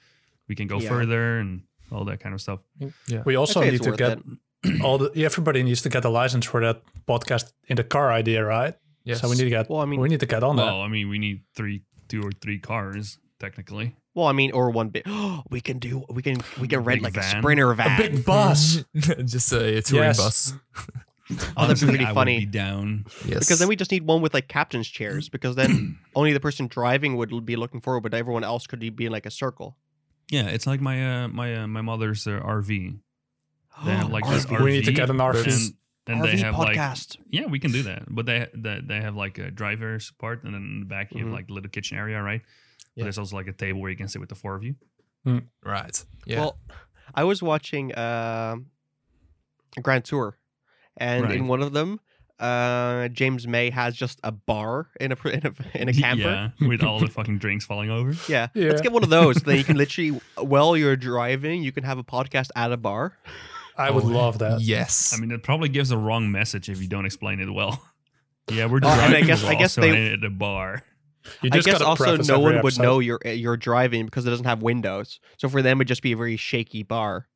S2: we can go
S1: Yeah.
S2: further and all that kind of stuff
S3: We
S1: I'd
S3: also
S1: say
S3: need
S1: it's
S3: to
S1: worth
S3: get
S1: it.
S3: all the everybody needs to get a license for that podcast in the car idea, right?
S5: Yes.
S3: So we need to get
S1: Well, I
S3: we
S1: mean,
S3: need to get on that.
S2: well Oh, i mean we need three two or three cars technically
S1: well, I mean, or one bit. we can do. We can. We can rent like
S2: big
S1: a
S2: van.
S1: sprinter van.
S3: a big bus.
S5: Just a touring
S3: Yes.
S5: bus.
S1: Oh, that'd be really
S2: I would
S1: funny.
S2: be down
S5: Yes.
S1: Because then we just need one with like captain's chairs, because then only the person driving would l- be looking forward, but everyone else could be in like a circle.
S2: yeah it's like my uh, my uh, my mother's uh, rv They have like this
S5: RV.
S2: RV.
S3: We need to get an RV.
S2: And and they have like yeah, we can do that. But they they, they have like a driver's part, and then in the back you
S1: Mhm.
S2: have like a little kitchen area, right? But
S5: Yeah.
S2: there's also like a table where you can sit with the four of you.
S5: Right. Yeah.
S1: Well, I was watching um Grand Tour, and
S2: Right.
S1: in one of them, uh, James May has just a bar in a pr- in a, in a camper. Yeah.
S2: Yeah, with all the fucking drinks falling over.
S3: Yeah.
S1: let's get one of those. then you can literally, while you're driving, you can have a podcast at a bar.
S3: I would
S5: Oh,
S3: love that.
S5: yes.
S2: I mean, it probably gives a wrong message if you don't explain it well. Yeah, we're
S1: Oh, and I
S2: driving.
S1: guess-
S2: we're
S1: I guess
S2: also eh,
S1: they-
S2: at the bar.
S3: You
S1: I
S3: just
S1: guess
S3: gotta
S1: also
S3: preface
S1: no
S3: every
S1: one would
S3: episode.
S1: know you're eh, you're driving because it doesn't have windows. So for them, it'd just be a very shaky bar.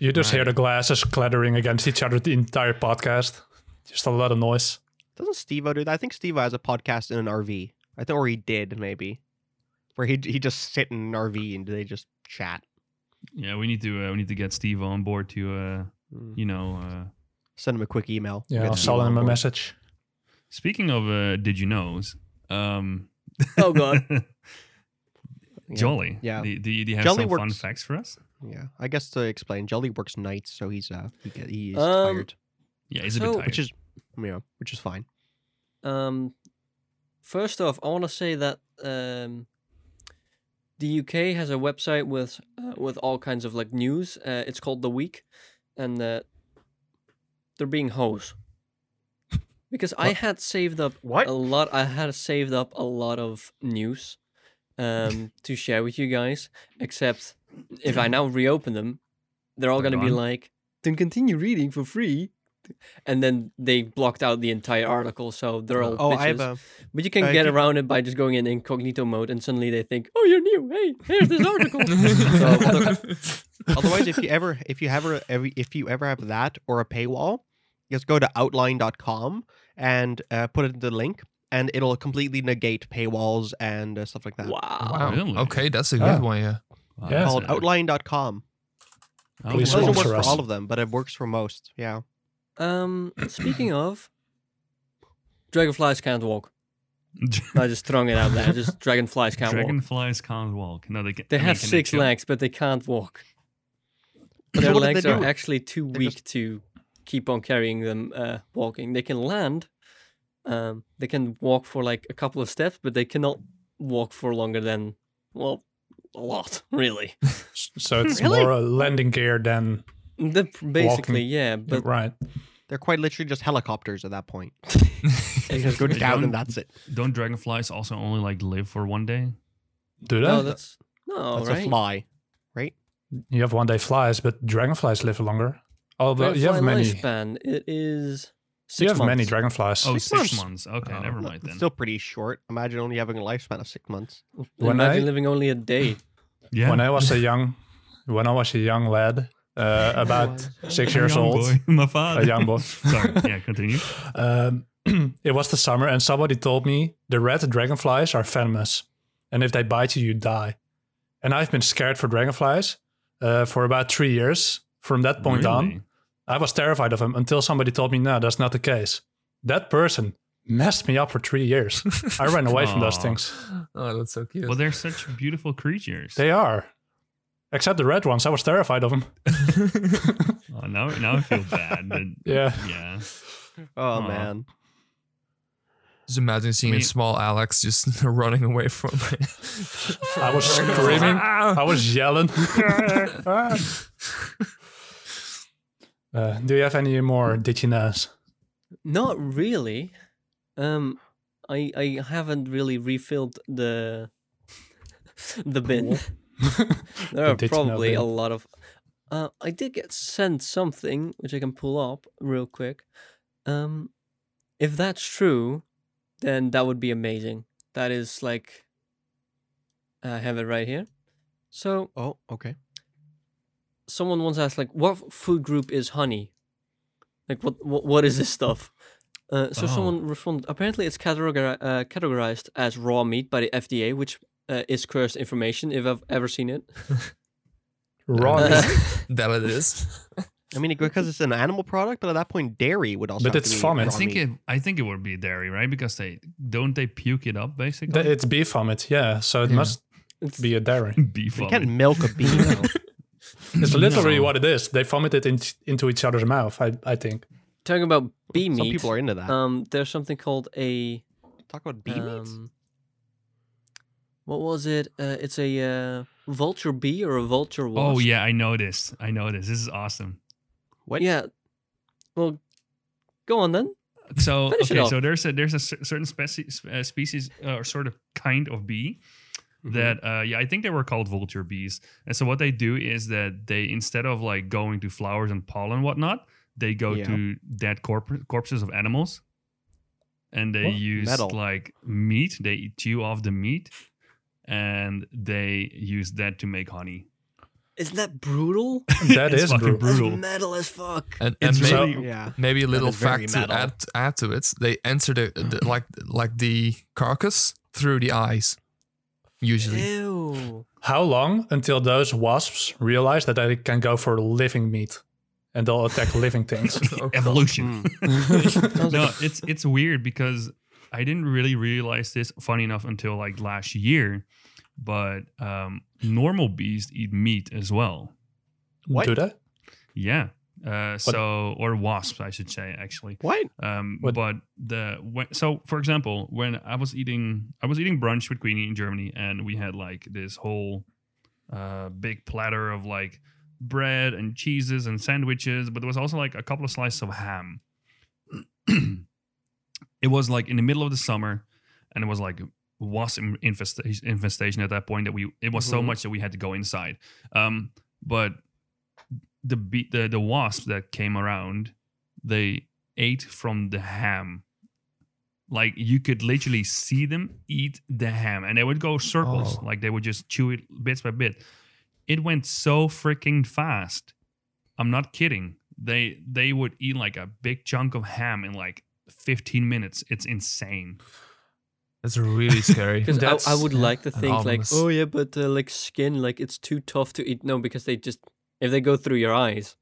S3: You just hear
S5: Right.
S3: the glasses clattering against each other the entire podcast. Just a lot of noise.
S1: Doesn't Steve do that? I think Steve has a podcast in an RV. I think, or he did maybe, where he he just sit in an RV and they just chat.
S2: Yeah, we need to uh, we need to get Steve on board to uh,
S1: Mm.
S2: you know. Uh,
S1: Send him a quick email.
S3: Yeah,
S1: Get
S3: I'll
S1: Steve
S3: sell
S1: on
S3: him a
S1: board.
S3: message.
S2: speaking of uh, did you knows, um,
S4: Oh god.
S1: Yeah.
S2: Jolly,
S1: Yeah.
S2: do, do you, do you have
S1: Jolly
S2: some fun
S1: works.
S2: facts for us?
S1: Yeah, I guess to explain, Jolly works nights, so he's uh he get, he's
S4: Um,
S1: tired,
S2: Yeah, he's a
S4: So-
S2: bit tired.
S1: which is yeah, which is fine.
S4: Um, first off, I want to say that um, the UK has a website with uh, with all kinds of like news. Uh, it's called The Week, and uh, they're being hoes because I had saved up
S1: What?
S4: a lot. I had saved up a lot of news um, to share with you guys. Except if I now reopen them, they're all
S2: They're
S4: going to be
S2: gone.
S4: like, "Then continue reading for free." And then they blocked out the entire article, so they're all
S1: Oh,
S4: bitches.
S1: I have a
S4: But you can
S1: I
S4: get
S1: keep-
S4: around it by just going in incognito mode, and suddenly they think, "Oh, you're new. Hey, here's this article." so,
S1: Otherwise, if you ever if you ever every if you ever have that or a paywall, just go to outline.com and uh, put it in the link, and it'll completely negate paywalls and uh, stuff like that.
S4: wow.
S5: wow.
S2: Really?
S5: Okay, that's a good
S3: Ah.
S5: one. Yeah.
S2: Wow,
S3: Yeah.
S2: that's
S1: Called
S2: a-
S1: outline.com.
S2: Oh,
S1: It
S3: Please
S1: doesn't work
S3: sponsor
S1: for
S3: us.
S1: all of them, but it works for most. Yeah.
S4: Um, speaking of, dragonflies can't walk. I just throwing it out there. Just dragonflies can't walk.
S2: Dragonflies can't walk. No, they can.
S4: They
S2: I mean,
S4: have
S2: can
S4: six
S2: chill?
S4: legs, but they can't walk.
S1: So
S4: Their
S1: what did they
S4: legs are
S1: do?
S4: actually too
S1: They
S4: weak to keep on carrying them uh, walking. They can land. Um, they can walk for like a couple of steps, but they cannot walk for longer than well, a lot really.
S3: S- So it's
S1: Really?
S3: more a landing gear than
S4: The, basically, yeah, but
S3: right.
S1: They're quite literally just helicopters at that point. They
S4: Exactly.
S1: just go
S2: They
S1: down and
S2: don't-
S1: that's it.
S2: Don't dragonflies also only like live for one day?
S3: Do
S4: no,
S3: that?
S4: that's no
S1: That's
S4: right.
S1: a fly.
S3: you have one day flies, but dragonflies live longer. Although you have
S4: Dragonfly
S3: many,
S4: lifespan. It is six
S3: you have
S4: months.
S3: many dragonflies.
S2: Oh,
S1: Six
S2: six
S1: months.
S2: months. Okay,
S5: Oh.
S2: never
S1: No,
S2: mind
S1: it's
S2: then.
S1: Still pretty short. Imagine only having a lifespan of six months.
S3: When
S4: Imagine
S3: I-
S4: living only a day.
S2: yeah.
S3: When I was a young, when I was a young lad, uh, about six years
S2: young
S3: old,
S2: boy. my father.
S3: a young boy.
S2: Sorry. Yeah, continue.
S3: Um, it was the summer, and somebody told me the red dragonflies are venomous, and if they bite you, you die. And I've been scared for dragonflies uh, for about three years. From that point on,
S2: Really?
S3: I was terrified of them until somebody told me, "No, that's not the case." That person messed me up for three years. I ran away from those
S2: Aw.
S3: things.
S5: oh, that's so cute.
S2: Well, they're such beautiful creatures.
S3: They are, except the red ones. I was terrified of them.
S2: Oh, now, now I feel bad. that-
S3: Yeah.
S2: Yeah.
S1: Oh
S2: Aw.
S1: man.
S5: just imagine seeing
S2: mean-
S5: small Alex just running away from.
S3: I was screaming. I was yelling. Uh, do you have any more did you knows?
S4: Not really. Um, I I haven't really refilled the the bin. there
S3: The
S4: are
S3: digital
S4: probably a
S3: bin.
S4: lot of. Uh, I did get sent something which I can pull up real quick. Um, if that's true, then that would be amazing. That is like. I have it right here. So
S1: Oh, okay.
S4: someone once asked like what f- food group is honey like what what, what is this stuff uh, so
S2: Oh.
S4: someone responded apparently it's categori- uh, categorized as raw meat by the fda which uh, is cursed information if i've ever seen it
S3: Raw
S4: Uh,
S3: meat,
S5: that it is.
S1: I mean, it- because it's an animal product, but at that point, dairy would also.
S3: But
S1: have
S3: it's
S1: to be
S3: vomit.
S2: I
S1: raw
S2: think
S1: meat.
S2: it. I think it would be dairy, right? Because they don't they puke it up basically.
S3: Th- It's beef vomit, yeah. So it
S5: Yeah.
S3: must
S4: it's,
S3: be a dairy.
S2: beef.
S1: you
S2: up.
S1: can't milk a bean. though.
S3: It's literally
S2: No.
S3: what it is. They vomit it in, into each other's mouth. I, I think.
S4: Talking about bee meat.
S1: Some people are into that.
S4: um, there's something called a
S1: Talk about bee meats.
S4: um, What was it? Uh, it's a uh, vulture bee or a vulture wasp.
S2: Oh yeah, I know this. I know this. This is awesome.
S1: What?
S4: Yeah. Well, go on then.
S2: So
S4: Finish it
S2: okay,
S4: off.
S2: so there's a there's a cer- certain species uh, species uh, or sort of kind of bee that uh, yeah I think they were called vulture bees. And so what they do is that they instead of like going to flowers and pollen and whatnot, they go
S1: Yeah.
S2: to dead corp- corpses of animals, and they
S1: What?
S2: use
S1: Metal.
S2: like meat. They chew off the meat, and they use that to make honey.
S4: Isn't that brutal?
S3: That
S2: It's
S3: is
S2: fucking
S3: brutal.
S4: That's
S2: brutal.
S4: metal as fuck.
S5: And,
S2: It's
S5: and maybe,
S2: really
S1: Yeah.
S5: maybe a little
S1: is very
S5: fact to
S1: metal.
S5: add, add to it. They enter the, the like like the carcass through the eyes,
S1: Eh.
S5: usually.
S4: Ew.
S3: How long until those wasps realize that they can go for living meat, and they'll attack living things?
S5: Oh, God.
S1: Hmm.
S2: evolution.
S4: Sounds
S2: no,
S4: like a-
S2: it's it's weird because I didn't really realize this. Funny enough, until like last year, but um, normal bees eat meat as well.
S1: What?
S3: Do they?
S2: Yeah. Uh, so or wasps, I should say actually.
S1: What?
S2: Um,
S3: What-
S2: but the when, so for example, when I was eating, I was eating brunch with Queenie in Germany, and we had like this whole uh, big platter of like bread and cheeses and sandwiches, but there was also like a couple of slices of ham. it was like in the middle of the summer, and it was like wasp in- infestation, infestation at that point that we it was so
S1: Mhm.
S2: much that we had to go inside. Um, but the bee, the the wasps that came around, they ate from the ham. Like you could literally see them eat the ham, and they would go circles.
S5: Oh.
S2: Like they would just chew it bits by bit. It went so freaking fast. I'm not kidding. They they would eat like a big chunk of ham in like 15 minutes. It's insane.
S5: That's really scary.
S4: Because I, I
S3: That's-
S4: would like to
S5: and
S4: think like,
S5: ominous.
S4: oh yeah, but uh, like skin, like it's too tough to eat. No, because they just if they go through your eyes,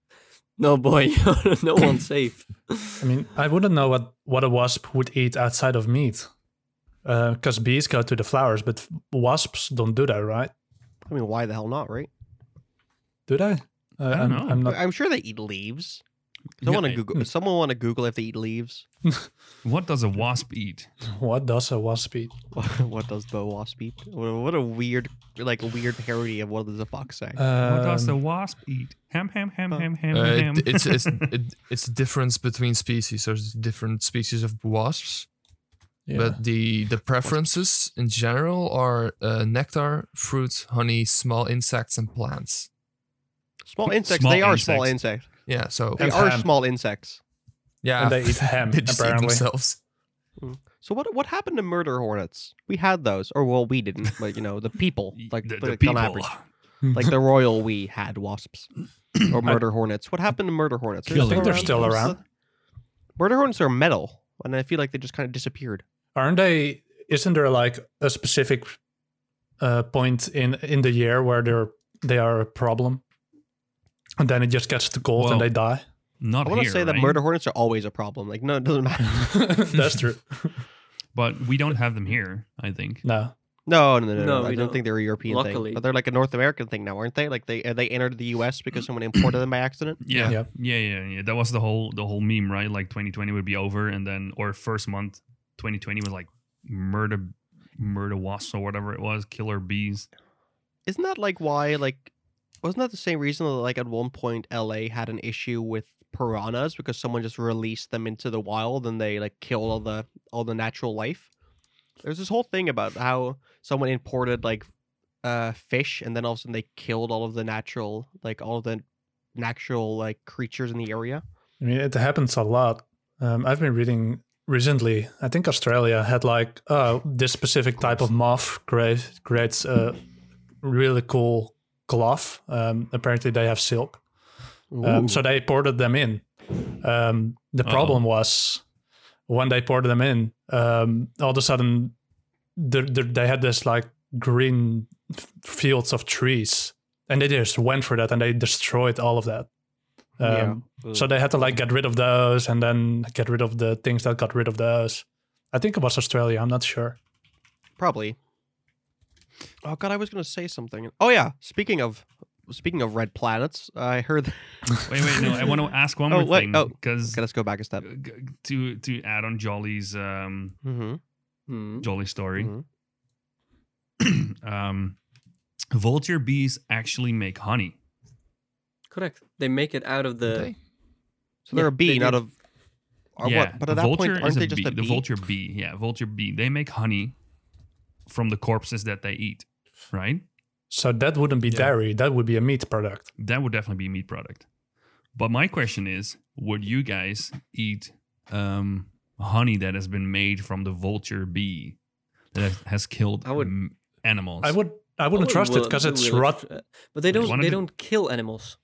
S4: no boy, no one's safe.
S3: I mean, I wouldn't know what, what a wasp would eat outside of meat. Because bees go to the flowers, but wasps don't do that, right?
S1: I mean, why the hell not, right?
S3: Do they? Uh, I
S2: don't
S3: am
S2: know.
S3: I'm not.
S1: I'm sure they eat leaves.
S2: Yeah,
S1: Someone want
S2: I-
S1: to Google. Someone want to Google if they eat leaves.
S2: What does a wasp eat?
S3: What does a wasp eat?
S1: what does the wasp eat? What what a weird, like weird parody of what does the fox say?
S2: what does a
S3: Um,
S2: wasp eat? Ham, ham, ham,
S1: uh,
S2: ham, ham,
S5: Uh,
S2: ham.
S5: it- it's it's it, it's the difference between species. There's different species of wasps,
S3: yeah.
S5: but the the preferences in general are uh, nectar, fruit, honey, small insects, and plants.
S1: Small insects.
S2: small
S1: they are small
S2: insects.
S1: insects.
S5: Yeah. So
S1: They
S3: And
S1: are
S3: ham.
S1: small insects.
S5: yeah,
S3: and they eat ham,
S5: ah, they just eat
S3: apparently.
S5: themselves.
S1: So what what happened to murder hornets? We had those, or well, we didn't, but you know, the people, like
S2: the,
S1: like,
S2: the
S1: on
S2: people.
S1: average. like the royal we had wasps or murder hornets. What happened to murder hornets?
S2: I think they're
S3: still around.
S1: Murder hornets are metal, and I feel like they just kind of disappeared.
S3: Aren't they? Isn't there like a specific uh, point in in the year where they're they are a problem, and then it just gets too cold
S2: Well,
S3: and they die?
S2: Not
S1: I want
S2: here,
S1: to say that
S2: right?
S1: murder hornets are always a problem. Like no, it doesn't matter.
S3: That's true.
S2: but we don't have them here. I think.
S3: No,
S1: No, no, no, no.
S4: No,
S1: I
S4: we
S1: don't,
S4: don't.
S1: think they're a European
S4: Luckily.
S1: thing, but they're like a North American thing now, aren't they? Like they uh, they entered the U.S. because someone imported them by accident.
S2: Yeah. yeah,
S3: Yeah.
S2: yeah, yeah, That was the whole the whole meme, right? Like 2020 would be over, and then or first month 2020 was like murder, murder wasps or whatever it was, killer bees.
S1: Isn't that like why like wasn't that the same reason that like at one point L.A. had an issue with piranhas because someone just released them into the wild and they like killed all the all the natural life. There's this whole thing about how someone imported like uh fish and then all of a sudden they killed all of the natural like all of the natural like creatures in the area.
S3: I mean it happens a lot. Um, I've been reading recently. I think Australia had like uh, this specific type of moth create, creates a really cool cloth. Um, apparently, they have silk. Um, so they imported them in. Um, the
S2: Uh-oh.
S3: problem was when they imported them in, um, all of a sudden the, the, they had this like green f- fields of trees, and they just went for that and they destroyed all of that. Um,
S1: yeah.
S3: So they had to like get rid of those and then get rid of the things that got rid of those. I think it was Australia. I'm not sure.
S1: Probably. Oh god, I was gonna say something. Oh yeah, speaking of speaking of red planets, I heard.
S2: Wait, wait, no. I want to ask one
S1: Oh,
S2: more
S1: wait,
S2: thing
S1: oh,
S2: because
S1: Okay, let's go back a step.
S2: to to add on Jolly's um
S1: Mm-hmm.
S4: Hmm.
S2: Jolly story.
S1: Mhm. Mm-hmm.
S2: um, vulture bees actually make honey.
S4: Correct. They make it out of the.
S5: They-
S1: So they're
S4: Yeah,
S1: a bee,
S4: they
S1: not
S4: do.
S1: a. Or
S2: yeah,
S1: what? But
S2: a
S1: at that
S2: vulture
S1: point,
S2: is
S1: aren't they just a bee?
S2: The vulture bee, yeah, vulture bee. They make honey from the corpses that they eat, right?
S3: So that wouldn't be
S5: Yeah.
S3: dairy. That would be a meat product.
S2: That would definitely be a meat product. But my question is, would you guys eat um, honey that has been made from the vulture bee that has killed
S4: I would-
S2: m- animals?
S3: I would. I wouldn't
S4: Oh,
S3: trust it
S4: well,
S3: because
S4: they
S3: it's
S4: will-
S3: rot.
S4: But they
S2: They
S4: don't.
S2: wanna
S4: They
S2: do-
S4: don't kill animals.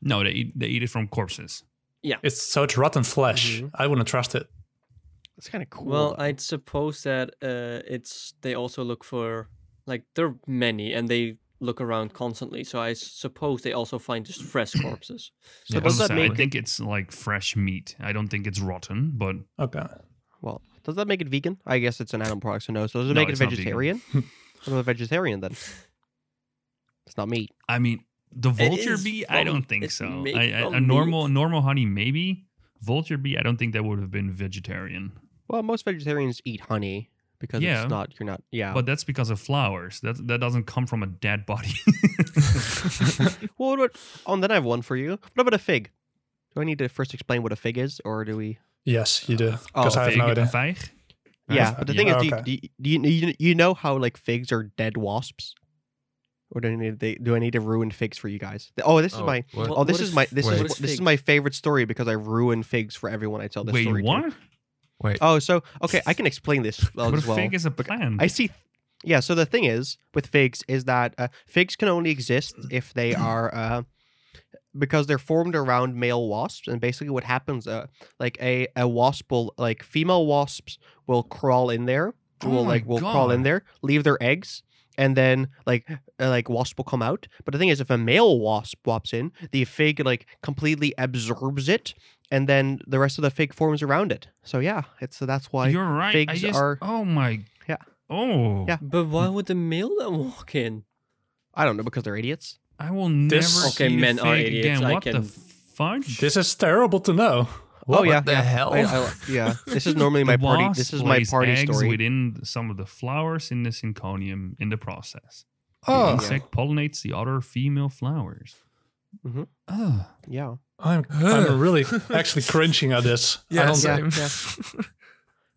S2: No, they eat, they eat it from corpses.
S3: It's so it's rotten flesh.
S1: Mhm.
S3: I wouldn't trust it.
S1: It's kind of cool.
S4: Well,
S1: though.
S4: I'd suppose that uh, it's they also look for like there are many and they look around constantly. So I suppose they also find just fresh corpses.
S1: So
S2: Yeah,
S1: does that
S2: so
S1: make
S2: I think it's like fresh meat. I don't think it's rotten, but
S3: Okay.
S1: Well, does that make it vegan? I guess it's an animal product, so no. So does it
S2: No,
S1: make it
S2: it's not vegan.
S1: vegetarian? I'm a vegetarian then. It's not meat.
S2: I mean, the vulture
S4: is
S2: bee. I
S4: from-
S2: don't think
S4: it's
S2: so.
S4: made
S2: I, I,
S4: from
S2: a normal
S4: meat.
S2: normal honey, maybe vulture bee. I don't think that would have been vegetarian.
S1: Well, most vegetarians eat honey because
S2: Yeah.
S1: it's not. You're not. Yeah.
S2: But that's because of flowers. That that doesn't come from a dead body.
S1: well, what about- oh, and then I have one for you. What about a fig? Do I need to first explain what a fig is, or do we?
S3: Yes, you do.
S1: Oh,
S3: Because I have
S2: Fig-
S3: no idea.
S2: vijg?
S1: Yeah, but the
S2: yeah.
S1: thing is,
S3: Oh,
S1: do you-
S3: okay.
S1: do, you, do, you, you you know how like figs are dead wasps, or do I need they, do I need to ruin figs for you guys? Oh, this is my
S5: what?
S4: Well,
S1: oh this
S4: what
S1: is
S4: is-
S1: my this
S5: what
S1: is
S5: is
S1: wh- this is
S4: fig?
S1: my favorite story because I ruin figs for everyone I tell this
S2: Wait,
S1: story. to.
S2: what?
S5: Wait.
S1: Oh, so okay, I can explain this
S2: But
S1: as
S2: a
S1: well.
S2: fig is a plant.
S1: I see. Yeah. So the thing is with figs is that uh, figs can only exist
S2: Mm.
S1: if they are uh, because they're formed around male wasps, and basically what happens, uh, like a a wasp will like female wasps will crawl in there,
S2: Oh
S1: will
S2: my
S1: like will crawl in
S2: God.
S1: there, leave their eggs. And then, like, uh, like wasp will come out. But the thing is, if a male wasp pops in, the fig like completely absorbs it, and then the rest of the fig forms around it. So yeah, it's so that's why.
S2: You're right. I
S1: figs
S2: just,
S1: are-
S2: Oh my.
S1: Yeah.
S2: Oh.
S1: Yeah.
S4: But why would the male then walk in?
S1: I don't know because they're idiots.
S2: I will
S3: This-
S2: never
S4: Okay,
S2: see
S4: men
S2: the
S4: are
S2: fig
S4: idiots,
S2: again.
S4: I
S2: What the
S4: can-
S2: fudge?
S3: This is terrible to know.
S1: oh yeah,
S5: the
S1: yeah.
S5: hell?
S1: I- I- yeah, this is normally my
S2: The
S1: party.
S2: wasp
S1: This is my
S2: lays
S1: party
S2: eggs
S1: story.
S2: within some of the flowers in the synconium in the process. The
S5: Oh.
S2: insect pollinates the other female flowers.
S1: Mhm.
S2: Ugh.
S1: Yeah,
S3: I'm, I'm really actually cringing at this. I
S5: yeah,
S3: don't,
S1: yeah,
S5: same.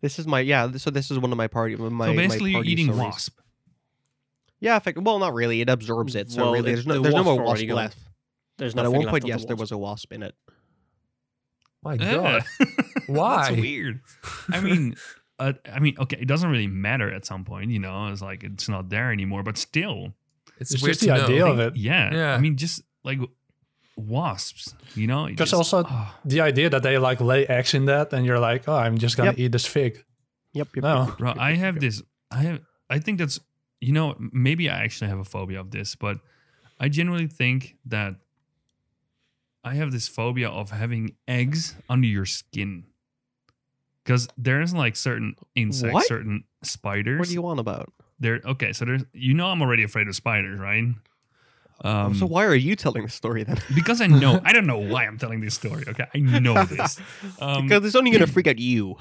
S1: this is my yeah. th- So this is one of my party. My,
S2: so basically,
S1: my
S2: you're
S1: party
S2: eating
S1: stories.
S2: wasp.
S1: Yeah, effect, well, not really. It absorbs it. So
S4: Well,
S1: really,
S4: it-
S1: there's no
S4: the
S1: there's no
S4: wasp
S1: more wasp
S4: already gone.
S1: left.
S4: There's
S1: But
S4: nothing
S1: at one
S4: left
S1: point,
S4: of the
S1: yes, there
S4: wasp.
S1: was a wasp in it.
S5: My
S2: Ugh.
S5: God.
S2: That's
S5: Why?
S2: weird. I mean, uh, I mean, okay, it doesn't really matter at some point, you know. It's like it's not there anymore, but still,
S5: It's,
S3: it's
S5: weird
S3: just
S5: to
S3: the
S5: know.
S3: idea of it.
S2: yeah.
S5: Yeah.
S2: I mean, just like wasps, you know. it
S3: Because
S2: just-
S3: also-
S2: ah,
S3: The idea that they like lay eggs in that, and you're like, oh, I'm just gonna
S1: Yep.
S3: eat this fig.
S1: Yep. yep
S3: No.
S1: yep,
S2: bro,
S1: yep,
S2: I
S1: yep,
S2: have
S1: yep.
S2: this. I have. I think that's you know maybe I actually have a phobia of this, but I generally think that I have this phobia of having eggs under your skin. Because there's like certain insects,
S1: What?
S2: certain spiders.
S1: What do you want about?
S2: there okay so there's you know i'm already afraid of spiders right
S1: Oh,
S2: um
S1: so why are you telling the story then?
S2: because i know i don't know why i'm telling this story okay i know this um
S1: because it's only gonna freak out you.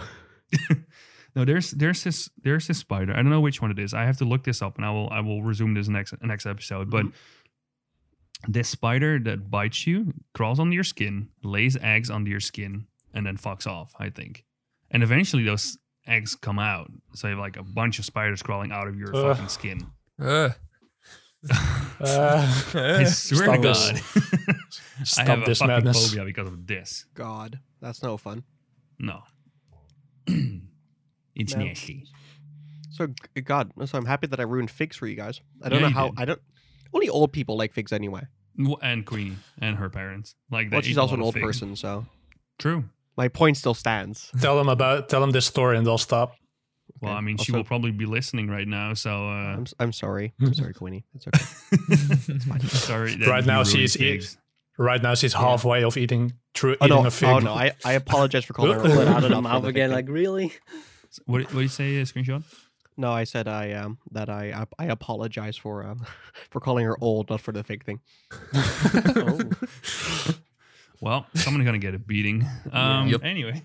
S2: no there's there's this there's this spider i don't know which one it is i have to look this up and i will i will resume this next next episode but
S1: Mm-hmm.
S2: this spider that bites you crawls under your skin lays eggs under your skin and then fucks off i think and eventually those eggs come out so you have like a bunch of spiders crawling out of your
S3: Ugh.
S2: fucking skin
S5: Ugh.
S3: Uh,
S1: Eh.
S2: I
S5: Ugh.
S2: swear to
S3: stop
S2: God.
S3: this.
S2: I have
S3: stop
S2: a
S3: this
S2: fucking
S3: madness.
S2: phobia because of this.
S1: God, that's no fun.
S2: No. it's
S1: No.
S2: nasty.
S1: So g- God, so I'm happy that I ruined figs for you guys. I don't
S2: Yeah,
S1: know
S2: you
S1: how.
S2: did.
S1: I don't. Only old people like figs anyway.
S2: W- And Queenie and her parents. Like they
S1: Well,
S2: ate
S1: she's
S2: a
S1: also
S2: lot
S1: an
S2: of
S1: old
S2: figs.
S1: person, so
S2: True.
S1: my point still stands.
S3: Tell them about. Tell them this story, and they'll stop.
S2: Well,
S1: Okay.
S2: I mean, she
S1: Also-
S2: will probably be listening right now. So uh,
S1: I'm, s- I'm sorry. I'm sorry, Queenie. It's okay.
S2: sorry. that
S3: Right
S2: you
S3: now
S2: ruined
S3: she's eat-
S2: figs.
S3: Right now, she's halfway of eating through
S1: Oh
S3: eating
S1: no!
S3: a fig.
S1: Oh no! I, I apologize for calling her
S3: Pull
S4: Pull
S1: old.
S4: it out of
S1: Not
S4: the
S1: for
S4: mouth
S1: the
S4: again.
S1: fig
S4: Like really?
S2: What what do you say? Uh, screenshot.
S1: No, I said I um that I I, I apologize for um for calling her old, not for the fake thing.
S2: Well, someone's gonna get a beating. Um,
S5: Yep.
S2: Anyway,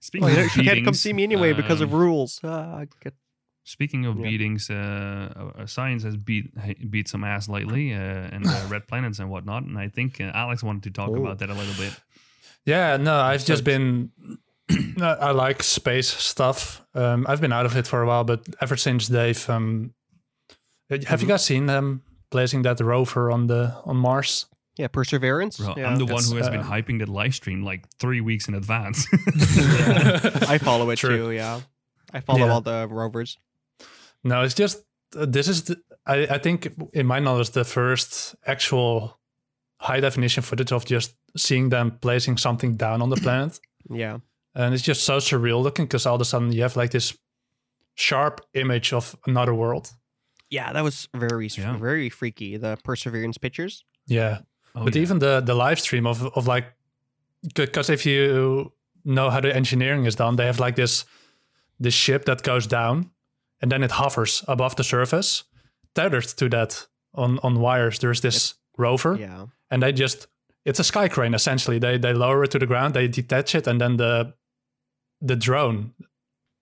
S2: speaking
S1: Well, Oh, you
S2: of
S1: know, she can't come
S2: beatings,
S1: see me anyway because of
S2: um,
S1: rules. Ah, get-
S2: Speaking of
S1: Yeah.
S2: beatings, uh, uh, science has beat ha- beat some ass lately, uh, and uh, red planets and whatnot. And I think uh, Alex wanted to talk
S1: Oh.
S2: about that a little bit.
S3: Yeah, no, I've
S1: So
S3: just been. I I like space stuff. Um, I've been out of it for a while, but ever since they've, um, uh, have
S2: Mm.
S3: you guys seen them placing that rover on the on Mars?
S1: yeah, perseverance.
S2: Bro,
S1: yeah.
S2: I'm the one
S3: That's,
S2: who has been
S3: uh,
S2: hyping that live stream like three weeks in advance.
S1: I follow it
S3: True.
S1: too. Yeah, I follow
S3: Yeah.
S1: all the rovers.
S3: No, it's just uh, this is the, I, I think in my knowledge the first actual high definition footage of just seeing them placing something down on the planet,
S1: Yeah,
S3: and it's just so surreal looking because all of a sudden you have like this sharp image of another world.
S1: yeah, that was very s-
S2: Yeah.
S1: very freaky. The perseverance pictures.
S3: Yeah,
S2: Oh,
S3: but
S2: yeah.
S3: even the the live stream of of like because if you know how the engineering is done, they have like this this ship that goes down and then it hovers above the surface, tethered to that on on wires. There's this rover,
S1: Yeah,
S3: and they just it's a sky crane essentially. They they lower it to the ground, they detach it, and then the the drone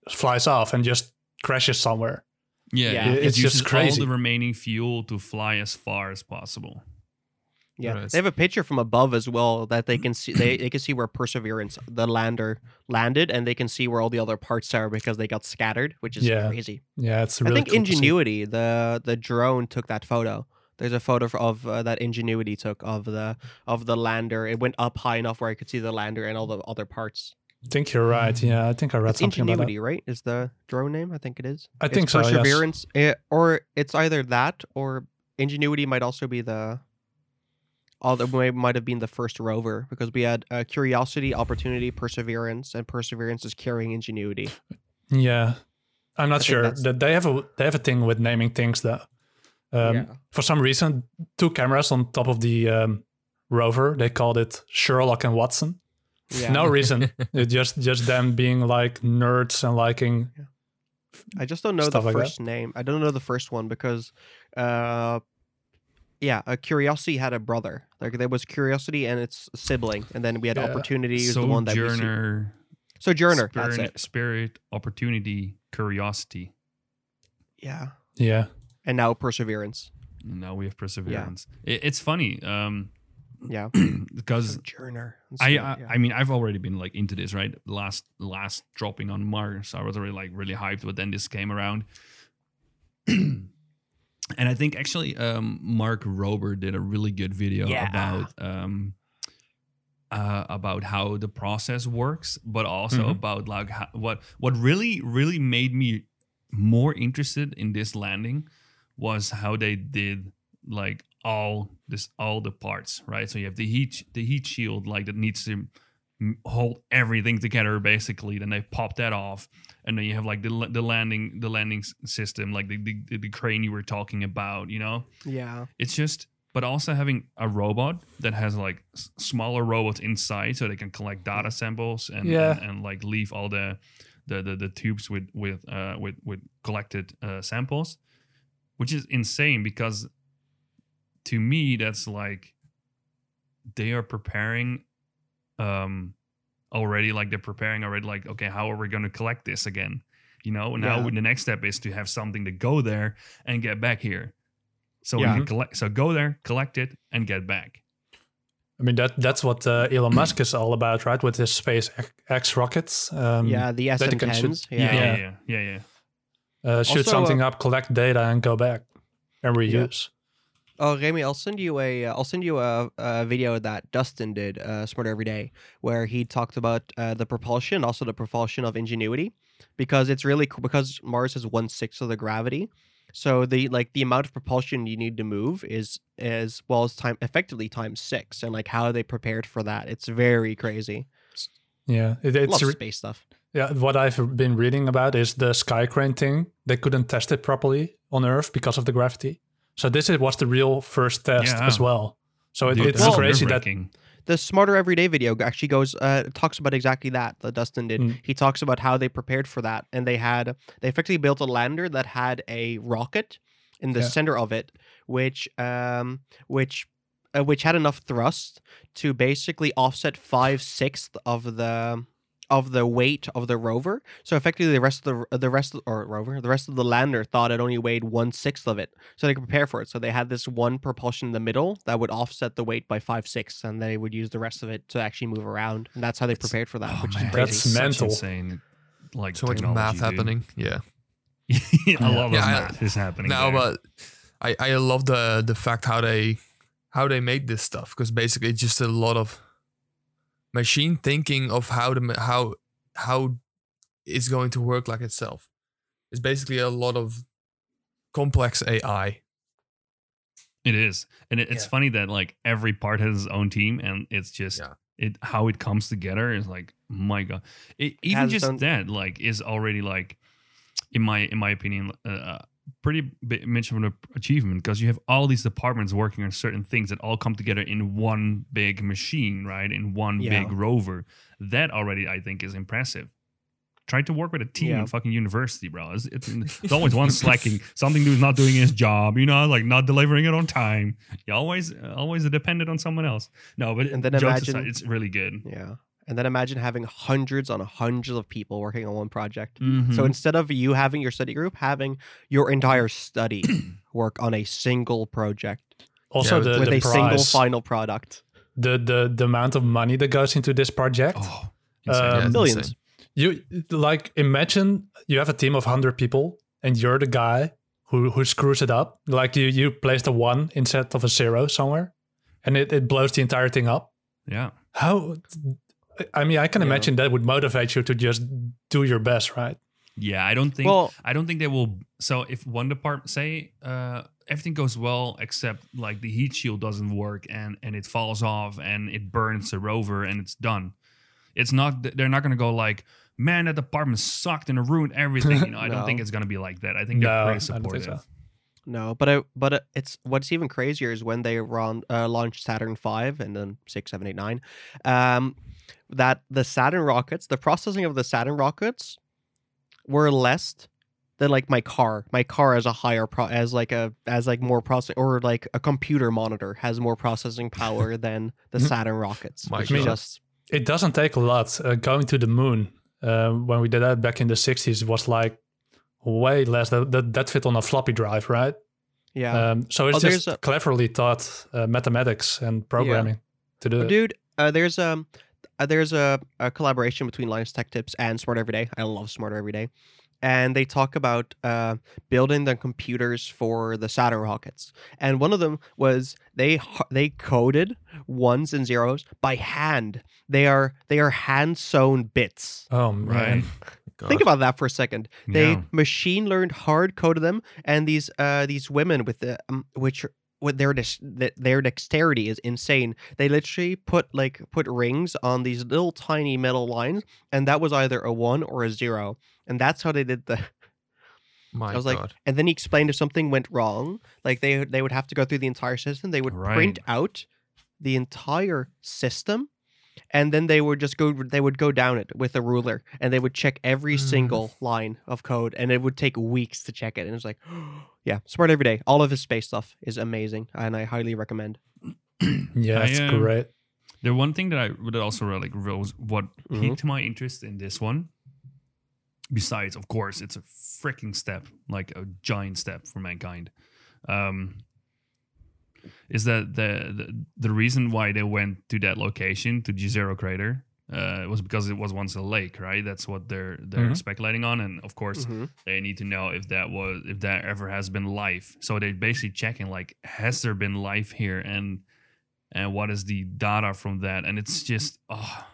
S3: flies off and just crashes somewhere.
S2: yeah,
S1: Yeah.
S2: it- it
S3: It's just
S2: uses
S3: crazy.
S2: all the remaining fuel to fly as far as possible.
S1: yeah.
S5: Right.
S1: They have a picture from above as well that they can see. They, they can see where perseverance, the lander, landed, and they can see where all the other parts are because they got scattered, which is
S3: Yeah.
S1: crazy.
S3: Yeah, it's really
S1: I think
S3: cool to see.
S1: Ingenuity, the the drone took that photo. There's a photo f- of uh, that Ingenuity took of the of the lander. It went up high enough where I could see the lander and all the other parts.
S3: I think you're right. Yeah, I think I read
S1: It's
S3: something about
S1: Ingenuity,
S3: that.
S1: right? Is the drone name? I think it is.
S3: I
S1: It's
S3: think so. yes.
S1: Perseverance, eh, or it's either that or Ingenuity might also be the. Although may- might have been the first rover because we had uh, Curiosity, Opportunity, Perseverance, and Perseverance is carrying Ingenuity.
S3: Yeah,
S1: I
S3: I'm not
S1: think
S3: sure.
S1: that's-
S3: That they have a they have a thing with naming things though. Um, For some reason, two cameras on top of the um, rover. They called it Sherlock and Watson.
S1: yeah.
S3: No reason. it just just them being like nerds and liking.
S1: I just don't know the
S3: stuff like that.
S1: first name. I don't know the first one because, uh, yeah, uh, Curiosity had a brother. Like there was Curiosity and its sibling, and then we had
S3: Yeah.
S1: Opportunity. Is the one that we see. Sojourner.
S2: Sojourner,
S1: That's
S2: spirit,
S1: it.
S2: spirit, opportunity, curiosity.
S1: Yeah,
S3: Yeah,
S1: and now Perseverance.
S2: And now we have perseverance. It, it's funny um,
S1: Yeah,
S2: because
S1: Sojourner. and
S2: I,
S1: so-
S3: uh,
S2: I
S1: yeah.
S2: I mean I've already been like into this right last last dropping on Mars I was already like really hyped but then this came around and I think actually um Mark Rober did a really good video
S1: Yeah.
S2: about um uh, about how the process works but also
S1: Mm-hmm.
S3: Mhm.
S2: about like how, what what really really made me more interested in this landing was how they did like all this all the parts right so you have the heat the heat shield like that needs to m- hold everything together basically then they pop that off and then you have like the, la- the landing the landing s- system like the, the the crane you were talking about you know
S1: yeah,
S2: it's just but also having a robot that has like s- smaller robots inside so they can collect data samples and
S3: Yeah.
S2: and, and, like leave all the the, the, the tubes with with uh, with with collected uh, samples which is insane because to me that's like they are preparing um already like they're preparing already like okay how are we going to collect this again you know now
S1: Yeah.
S2: the next step is to have something to go there and get back here so
S1: Yeah.
S2: we can collect so go there collect it and get back
S3: I mean that that's what uh, Elon Musk is all about, right? With his Space X rockets. Um,
S1: yeah. The S and
S3: can shoot-
S1: tens.
S2: yeah
S1: Yeah.
S2: yeah
S3: Yeah.
S2: yeah yeah, yeah.
S3: Uh, shoot
S1: Also,
S3: something up, collect data, and go back and
S1: Yeah.
S3: reuse.
S1: Oh, Remy, I'll send you a uh, I'll send you a, a video that Dustin did, uh, Smarter Every Day, where he talked about uh, the propulsion, also the propulsion of Ingenuity, because it's really cool because Mars has one sixth of the gravity, so the like the amount of propulsion you need to move is as well as time effectively times six, and like how they prepared for that, it's very crazy.
S3: Yeah, it, it's
S1: Love
S3: re-
S1: space stuff.
S3: Yeah, what I've been reading about is the sky crane thing. They couldn't test it properly on Earth because of the gravity. So this is, was the real first test
S2: Yeah.
S3: as well. So it,
S2: Dude,
S3: Oh, it's
S2: that's
S1: Well-
S3: crazy that
S2: nerve-wracking.
S1: the Smarter Everyday video actually goes uh, talks about exactly that that Dustin did.
S3: Mm.
S1: He talks about how they prepared for that and they had they effectively built a lander that had a rocket in the
S3: Yeah.
S1: center of it, which um which uh, which had enough thrust to basically offset five sixths of the of the weight of the rover. So effectively, the rest of the the rest of, or rover, the rest of the lander thought it only weighed one sixth of it, so they could prepare for it. So they had this one propulsion in the middle that would offset the weight by five sixths, and they would use the rest of it to actually move around. And that's how they
S2: It's-
S1: prepared for that,
S2: Oh,
S1: which
S2: man,
S1: is
S2: it's
S1: crazy.
S3: That's
S2: such
S3: mental.
S2: insane, like
S5: So much
S2: technology,
S5: math
S2: dude.
S5: happening. Yeah.
S2: a lot of
S5: Yeah, I-
S2: math is happening.
S5: No,
S2: there.
S5: but I, I love the the fact how they how they made this stuff because basically it's just a lot of machine thinking of how the ma- how how it's going to work like itself. It's basically a lot of complex AI.
S2: It is, and it, it's
S5: Yeah.
S2: funny that like every part has its own team, and it's just
S5: Yeah.
S2: it how it comes together is like my god. It, even
S1: has its
S2: just
S1: own-
S2: that like is already like in my in my opinion uh, uh, pretty big much of an ap- achievement because you have all these departments working on certain things that all come together in one big machine, right? In one
S1: Yeah.
S2: big rover. That already I think is impressive. Try to work with a team
S1: Yeah.
S2: in fucking university, bro. It's, it's, it's always one slacking. Something dude's not doing his job, you know, like not delivering it on time. You always always dependent on someone else. No, but
S1: And then
S2: jokes
S1: imagine-
S2: aside, it's really good.
S1: Yeah, and then imagine having hundreds on hundreds of people working on one project. So
S2: Mhm.
S1: instead of you having your study group, having your entire study work on a single project
S3: Also,
S5: Yeah,
S3: the,
S1: with
S3: the
S1: a single
S3: price,
S1: final product.
S3: the, the the amount of money that goes into this project.
S2: oh,
S3: Um,
S2: insane.
S5: it's
S1: Billions.
S5: insane.
S3: You like imagine you have a team of hundred people and you're the guy who who screws it up. Like you you placed a one instead of a zero somewhere, and it, it blows the entire thing up.
S2: yeah.
S3: How? I mean, I can
S1: Yeah.
S3: imagine that would motivate you to just do your best, right?
S2: Yeah, I don't think
S1: Well-
S2: I don't think they will. So if one department say uh, everything goes well except like the heat shield doesn't work and and it falls off and it burns the rover and it's done, it's not they're not gonna go like man that department sucked and it ruined everything. You know, I don't
S1: No.
S2: think it's gonna be like that. I think they're
S3: No,
S2: pretty
S3: I don't
S2: supportive.
S3: think so.
S1: No, but I, but uh, it's what's even crazier is when they run, uh, launched Saturn Five and then six, seven, eight, nine. Um, that the Saturn rockets, the processing of the Saturn rockets, were less than like my car. My car has a higher pro, as like a as like more processing or like a computer monitor has more processing power than the Saturn rockets.
S5: Mm-hmm. My
S1: which is
S5: God.
S1: just
S3: It doesn't take a lot. Uh, going to the moon uh, when we did that back in the '60s was like way less. That that, that fit on a floppy drive, right?
S1: yeah.
S3: Um, so it's
S1: Oh, there's
S3: just
S1: a-
S3: cleverly taught uh, mathematics and programming to do
S1: But
S3: it.
S1: dude uh, there's um uh, there's a, a collaboration between Linus Tech Tips and Smart Everyday. I love Smarter Everyday, and they talk about uh, building the computers for the Saturn rockets. And one of them was they h- they coded ones and zeros by hand. They are they are hand sewn bits.
S3: Oh man,
S2: Right.
S1: Think about that for a second. They
S2: Yeah.
S1: machine learned hard coded them, and these uh these women with the um, which with their dis- th- their dexterity is insane. They literally put like put rings on these little tiny metal lines, and that was either a one or a zero, and that's how they did the.
S5: My
S1: I was like,
S5: God.
S1: and then he explained if something went wrong, like they they would have to go through the entire system. They would print
S2: Right.
S1: out the entire system, and then they would just go. They would go down it with a ruler, and they would check every
S5: Mm.
S1: single line of code, and it would take weeks to check it. And it's like, yeah, smart every day. All of his space stuff is amazing, and I highly recommend.
S3: yeah,
S2: I,
S3: it's
S2: um,
S3: great.
S2: The one thing that I would also really like rose what
S1: Mhm.
S2: piqued my interest in this one, besides, of course, it's a freaking step, like a giant step for mankind, um, is that the, the the reason why they went to that location to G Zero Crater uh, was because it was once a lake, right? That's what they're they're
S3: Mhm.
S2: speculating on, and of course,
S1: Mhm.
S2: they need to know if that was if that ever has been life so they're basically checking like has there been life here and and what is the data from that and it's just oh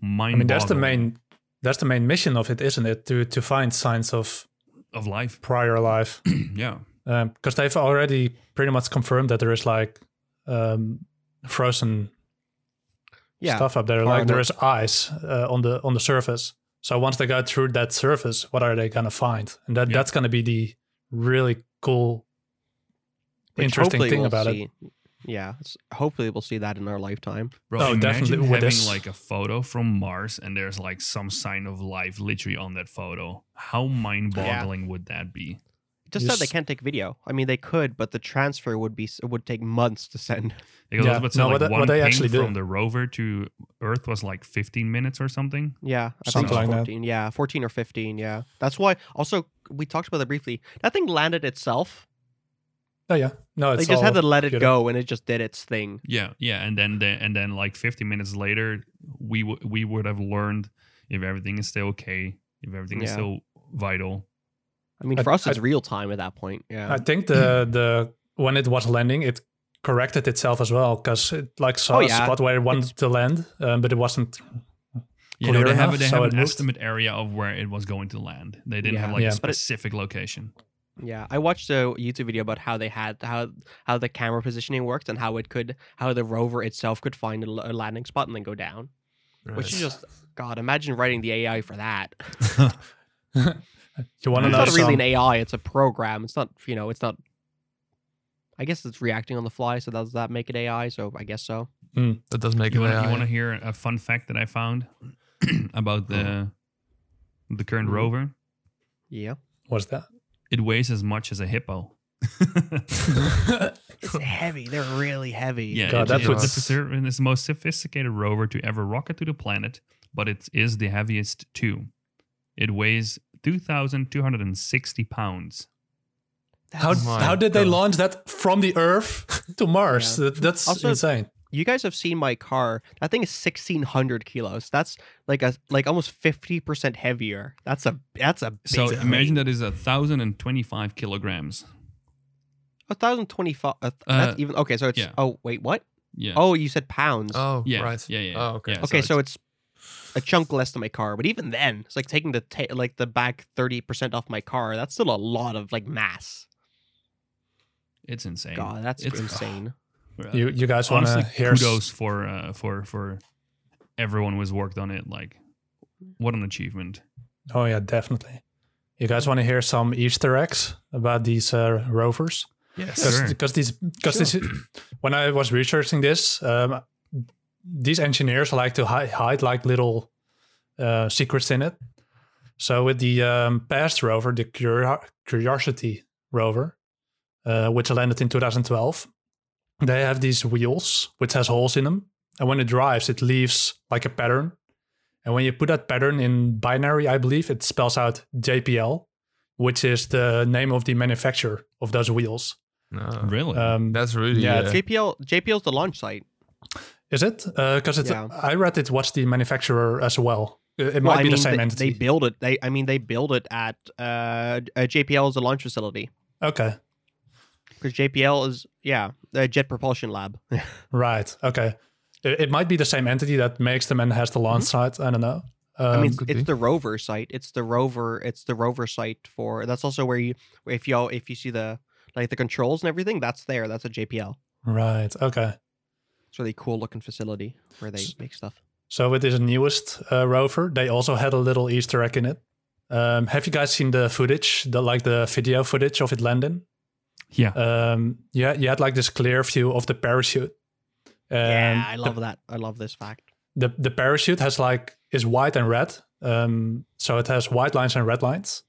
S2: mind
S3: I mean, that's the main that's the main mission of it, isn't it? To to find signs of
S2: of life
S3: prior life,
S2: yeah
S3: because they've already pretty much confirmed that there is like um, frozen
S1: Yeah,
S3: stuff up there.
S1: Far
S3: Like there
S1: north.
S3: is ice uh, on the on the surface. So once they go through that surface, what are they gonna find? And that
S2: Yeah.
S3: that's gonna be the really cool,
S1: which
S3: interesting
S1: hopefully
S3: thing
S1: we'll
S3: about it.
S1: see. yeah. it's- hopefully, we'll see that in our lifetime.
S2: Bro,
S3: Oh,
S2: imagine
S3: definitely with
S2: having
S3: this-
S2: like a photo from Mars and there's like some sign of life literally on that photo. How mind-boggling would that be?
S1: It just said they
S3: Yes.
S1: can't take video. I I mean, they could, but the transfer would be it would take months to send.
S2: Because
S3: Yeah.
S2: I was about to say,
S3: No,
S2: like
S3: what they-
S2: one
S3: what they
S2: ping
S3: actually do.
S2: from the rover to Earth was like 15 minutes or something.
S1: Yeah, I think
S3: Something
S1: it was
S3: like that.
S1: 14. Yeah, 14 or 15. Yeah, that's why. Also, we talked about that briefly. That thing landed itself.
S3: Oh yeah, no, it's
S1: they just had
S3: all
S1: to let it
S3: computer.
S1: go, and it just did its thing.
S2: Yeah, yeah, and then the, and then like 50 minutes later, we w- we would have learned if everything is still okay, if everything is
S1: Yeah.
S2: still vital.
S1: I mean,
S3: I-
S1: for us, it's
S3: I-
S1: real time at that point. Yeah.
S3: I think the the when it was landing, it corrected itself as well because it like saw
S1: Oh,
S3: a
S1: yeah.
S3: spot where it wanted to land, um, but it wasn't.
S2: You know,
S3: Clear
S2: they have,
S3: enough,
S2: they
S3: so
S2: have
S3: it
S2: an
S3: moved.
S2: estimate area of where it was going to land. They didn't have
S1: Yeah.
S2: like
S3: Yeah.
S2: a
S1: But it-
S2: specific location.
S1: Yeah, I watched a YouTube video about how they had how how the camera positioning worked and how it could how the rover itself could find a l- a landing spot and then go down. Which is just God. Imagine writing the AI for that.
S3: You want to
S1: It's
S2: Yeah.
S3: know
S1: not really
S3: some,
S1: an AI. It's a program. It's not you know. It's not. I guess it's reacting on the fly. So does that make it AI? So I guess so.
S5: That does make
S2: You
S5: it. AI.
S2: want to hear a fun fact that I found about the the current
S1: Mm.
S2: rover?
S1: Yeah.
S3: what's that?
S2: It weighs as much as a hippo.
S1: It's heavy. They're really heavy.
S2: yeah,
S3: God,
S2: it-
S3: that
S2: it's,
S3: puts-
S2: the preser- it's the most sophisticated rover to ever rocket to the planet, but it is the heaviest too. It weighs two thousand two hundred and sixty pounds.
S3: How,
S1: Oh
S5: my
S3: how did they
S5: God.
S3: launch that from the Earth to Mars? That, that's
S1: Also-
S3: insane.
S1: You guys have seen my car. That thing is sixteen hundred kilos. That's like a like almost fifty percent heavier. That's a that's a
S2: So
S1: big thing.
S2: imagine that is a thousand and twenty-five kilograms.
S1: a thousand twenty five. Uh,
S2: Uh,
S1: that's even okay. So it's
S2: yeah.
S1: oh wait what?
S2: Yeah.
S1: Oh you said pounds.
S5: Oh,
S2: yeah,
S5: right.
S2: Yeah, yeah.
S5: Oh, okay.
S2: yeah,
S1: okay, so it's, a chunk less than my car. But even then, it's like taking the ta- like the back thirty percent off my car. That's still a lot of like mass.
S2: it's insane.
S1: God, that's
S2: It's-
S1: insane.
S2: Well,
S3: You you guys want to
S2: uh, honestly,
S3: hear? s-
S2: kudos for uh, for for everyone who's worked on it. Like, what an achievement!
S3: Oh yeah, definitely. You guys want to hear some Easter eggs about these uh, rovers?
S5: Yes.
S3: because
S2: Sure.
S3: because these because this when I was researching this, um, these engineers like to hide, hide like little uh, secrets in it. So with the um, past rover, the Curio- Curiosity rover, uh, which landed in 2012, they have these wheels which has holes in them, and when it drives, it leaves like a pattern. And when you put that pattern in binary, I believe it spells out JPL, which is the name of the manufacturer of those wheels.
S5: No.
S2: Really?
S3: Um,
S5: That's really.
S3: Yeah,
S5: uh,
S1: JPL JPL's the launch site.
S3: is it? Because it
S1: Yeah.
S3: I read it was the manufacturer as well. It, it
S1: Well,
S3: might
S1: I
S3: be
S1: mean,
S3: the same
S1: they,
S3: entity.
S1: They build it. They, I mean, they build it at uh, uh, JPL is a launch facility
S3: okay,
S1: because JPL is yeah, the Jet Propulsion Lab.
S3: right. Okay, it, it might be the same entity that makes them and has the launch site. I don't know. Um,
S1: Mm-hmm. I mean,
S5: could
S1: it's
S5: be.
S1: the rover site. It's the rover. It's the rover site for. That's also where you if you all if you see the like the controls and everything. That's there. That's a JPL.
S3: Um, right. Okay.
S1: It's a really cool looking facility where they
S3: S-
S1: make stuff.
S3: So with this newest uh, rover, they also had a little Easter egg in it. Um, have you guys seen the footage, the like the video footage of it landing?
S2: yeah.
S3: Um, yeah, you had like this clear view of the parachute. Um,
S1: yeah, I
S3: the
S1: love that. I love this fact.
S3: the the parachute has like is white and red. Um, so it has white lines and red lines,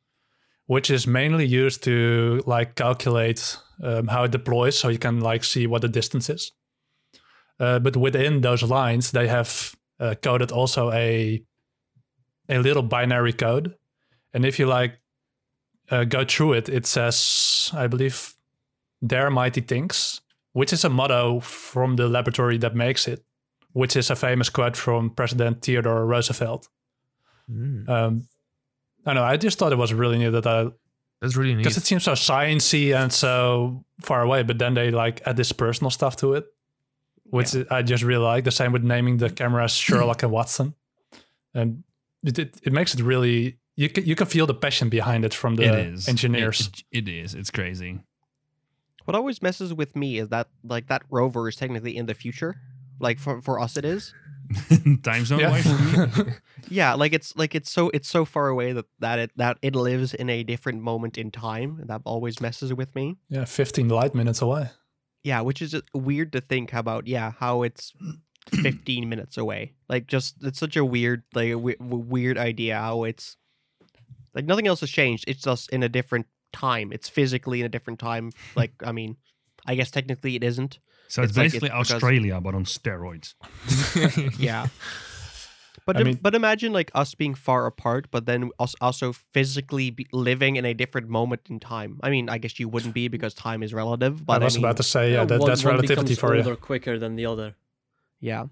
S3: which is mainly used to like calculate um, how it deploys, so you can like see what the distance is. Uh, but within those lines, they have uh, coded also a a little binary code, and if you like uh, go through it, it says, I believe, "There mighty things," which is a motto from the laboratory that makes it which is a famous quote from President Theodore Roosevelt.
S5: mm,
S3: Um, I don't know. I just thought it was really neat that I
S5: that's really neat.
S3: because it seems so sciency and so far away, but then they like add this personal stuff to it, which I just really like. The same with naming the cameras Sherlock and Watson, and it, it, it makes it really you can, you can feel the passion behind it from the
S2: it is
S3: engineers.
S2: It, it- it is. It's crazy.
S1: What always messes with me is that like that rover is technically in the future. Like for for us, it is.
S2: Time zone
S3: Yeah.
S2: wise.
S1: Yeah, like it's like it's so it's so far away that that it that it lives in a different moment in time. and That always messes with me.
S3: yeah, fifteen light minutes away.
S1: yeah, which is weird to think about. Yeah, how it's 15 minutes away. Like, just it's such a weird, like, a we- w- weird idea how it's like nothing else has changed. It's just in a different time. It's physically in a different time. Like, I mean, I guess technically it isn't.
S2: So it's,
S1: It's like it's
S2: basically
S1: because-
S2: Australia, but on steroids.
S1: Yeah. But,
S3: I
S1: im-
S3: mean-
S1: but imagine like us being far apart, but then us also physically be living in a different moment in time. I mean, I guess you wouldn't be because time is relative. But
S3: I was
S1: mean,
S3: about to say, yeah, that,
S4: one,
S3: that's
S4: one
S3: relativity
S4: becomes
S3: for
S4: older
S3: you.
S4: quicker than the other.
S1: yeah,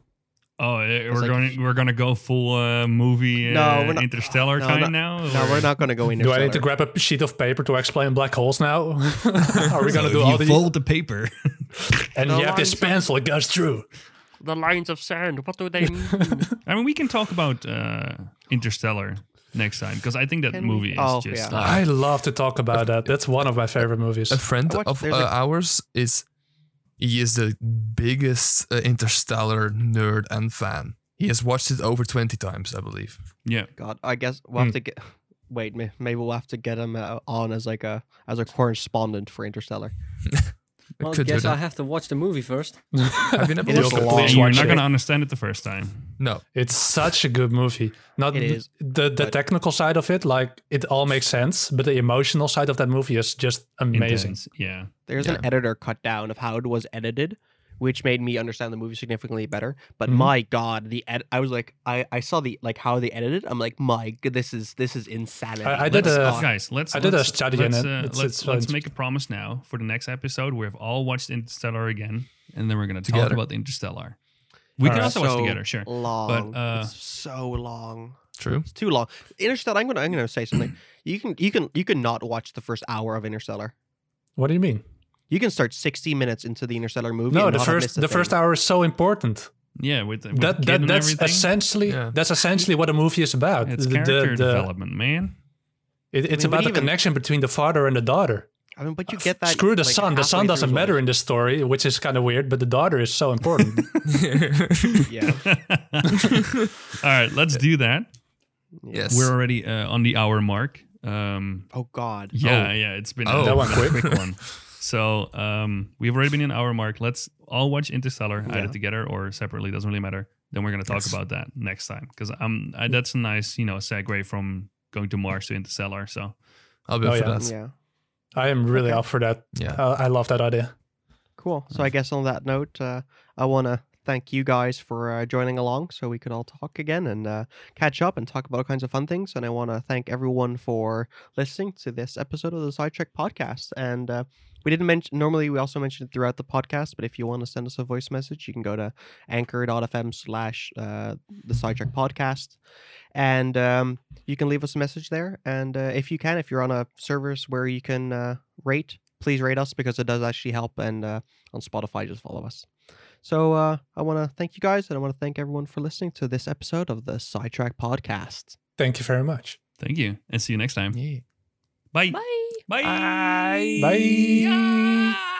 S2: Oh, eh, we're
S1: like-
S2: going to we're gonna go full uh, movie uh,
S1: No, we're not-
S2: interstellar
S1: no,
S2: kind
S1: no-
S2: now.
S1: no,
S2: or-
S1: we're not going to go into.
S3: Do I need to grab a sheet of paper to explain black holes now? Are we
S2: So
S3: going to do
S2: if
S3: all
S2: you
S3: the
S2: fold the paper?
S3: And
S1: No,
S3: you have this
S1: I'm-
S3: pencil, it goes through.
S1: the lines of sand? What do they mean?
S2: I mean, we can talk about uh, Interstellar next time because I think that
S1: Can we-
S2: movie is
S1: Oh,
S2: just
S1: yeah.
S3: I love to talk about that. That's one of my favorite movies.
S5: a friend
S1: I watched-
S5: of uh,
S1: there's a-
S5: ours is he is the biggest uh, interstellar nerd and fan he has watched it over 20 times i believe
S2: yeah.
S1: God, I guess we'll have
S3: Hmm.
S1: to get. Wait, may- maybe we'll have to get him uh, on as like a as a correspondent for Interstellar.
S4: Well,
S5: could do
S4: guess I
S5: that.
S4: have to watch the movie first.
S5: have you never
S1: It is
S5: watched
S1: a
S5: it
S1: long-
S2: And
S3: Please
S2: you're
S3: watch
S2: not
S3: it.
S2: gonna understand it the first time.
S5: no
S3: It's such a good movie. Not
S1: It
S3: th-
S1: is,
S3: the the
S1: but-
S3: technical side of it, like it all makes sense, but the emotional side of that movie is just amazing.
S2: Intense. Yeah.
S1: There's an editor cut down of how it was edited, which made me understand the movie significantly better. But
S3: Mhm.
S1: my God, the ed- I was like, I I saw the like how they edited. I'm like, my g- this is this is insanity.
S3: I did
S1: Let's
S3: a-
S1: not-
S2: Guys, let's
S3: I did a
S2: let's-
S3: study in
S2: let's,
S3: it.
S2: uh,
S3: It's-
S2: let's,
S3: it's-
S2: let's
S3: it's-
S2: make a promise now for the next episode. We've all watched Interstellar again, and then we're gonna talk
S5: Together.
S2: about Interstellar. We
S3: All
S2: can
S3: right.
S2: also watch together, sure.
S1: Long,
S2: uh,
S1: it's so long.
S5: true
S1: It's too long. Interstellar. I'm gonna I'm gonna say something. you can you can you can not watch the first hour of Interstellar.
S3: What do you mean?
S1: You can start 60 minutes into the Interstellar movie.
S3: No,
S1: and
S3: the
S1: not have missed
S3: first
S1: a
S3: the
S1: thing.
S3: first hour is so important.
S2: Yeah, with, with
S3: That,
S2: kid
S3: that
S2: and
S3: that's
S2: everything.
S3: essentially
S5: Yeah.
S3: that's essentially what a movie is about.
S2: It's
S3: The- the-
S2: character
S3: the-
S2: development, man.
S3: it- it's
S1: I mean, but
S3: about the
S1: even-
S3: connection between the father and the daughter.
S1: I mean, but you get that.
S3: Uh, Screw the
S1: like,
S3: son. The son
S1: halfway
S3: doesn't
S1: through
S3: matter
S1: is
S3: in this story, which is kind of weird. But the daughter is so important.
S1: all. yeah.
S2: all right, let's do that.
S5: yes
S2: We're already uh, on the hour mark. Um,
S1: Oh God.
S2: yeah, yeah, it's been
S5: Oh.
S2: a,
S5: That
S3: went
S2: a
S3: quick.
S2: quick one. So um, we've already been an hour mark. Let's all watch Interstellar either
S1: Yeah.
S2: together or separately. Doesn't really matter. Then we're gonna talk
S5: Yes.
S2: about that next time because um, I, that's a nice you know segue from going to Mars to Interstellar. So
S5: i'll be
S3: Oh,
S5: up for
S3: yeah.
S5: that
S1: Yeah.
S3: I am really
S1: Okay.
S3: up for that.
S5: yeah
S3: Uh, I love that idea.
S1: Cool. So I guess on that note, uh, I want to thank you guys for uh, joining along so we could all talk again and uh, catch up and talk about all kinds of fun things. And I want to thank everyone for listening to this episode of the Sidetrack podcast. And uh, we didn't mention, normally we also mentioned it throughout the podcast, but if you want to send us a voice message, you can go to anchor.fm slash uh, the Sidetrack podcast. And um, you can leave us a message there. And uh, if you can, if you're on a service where you can uh, rate, please rate us because it does actually help. And uh, on Spotify, just follow us. So uh, I want to thank you guys, and I want to thank everyone for listening to this episode of the Sidetrack Podcast.
S3: Thank you very much.
S2: thank you and see you next time.
S5: yeah
S2: Ah. Bye. Bye. Bye.
S3: Bye.
S2: Yeah.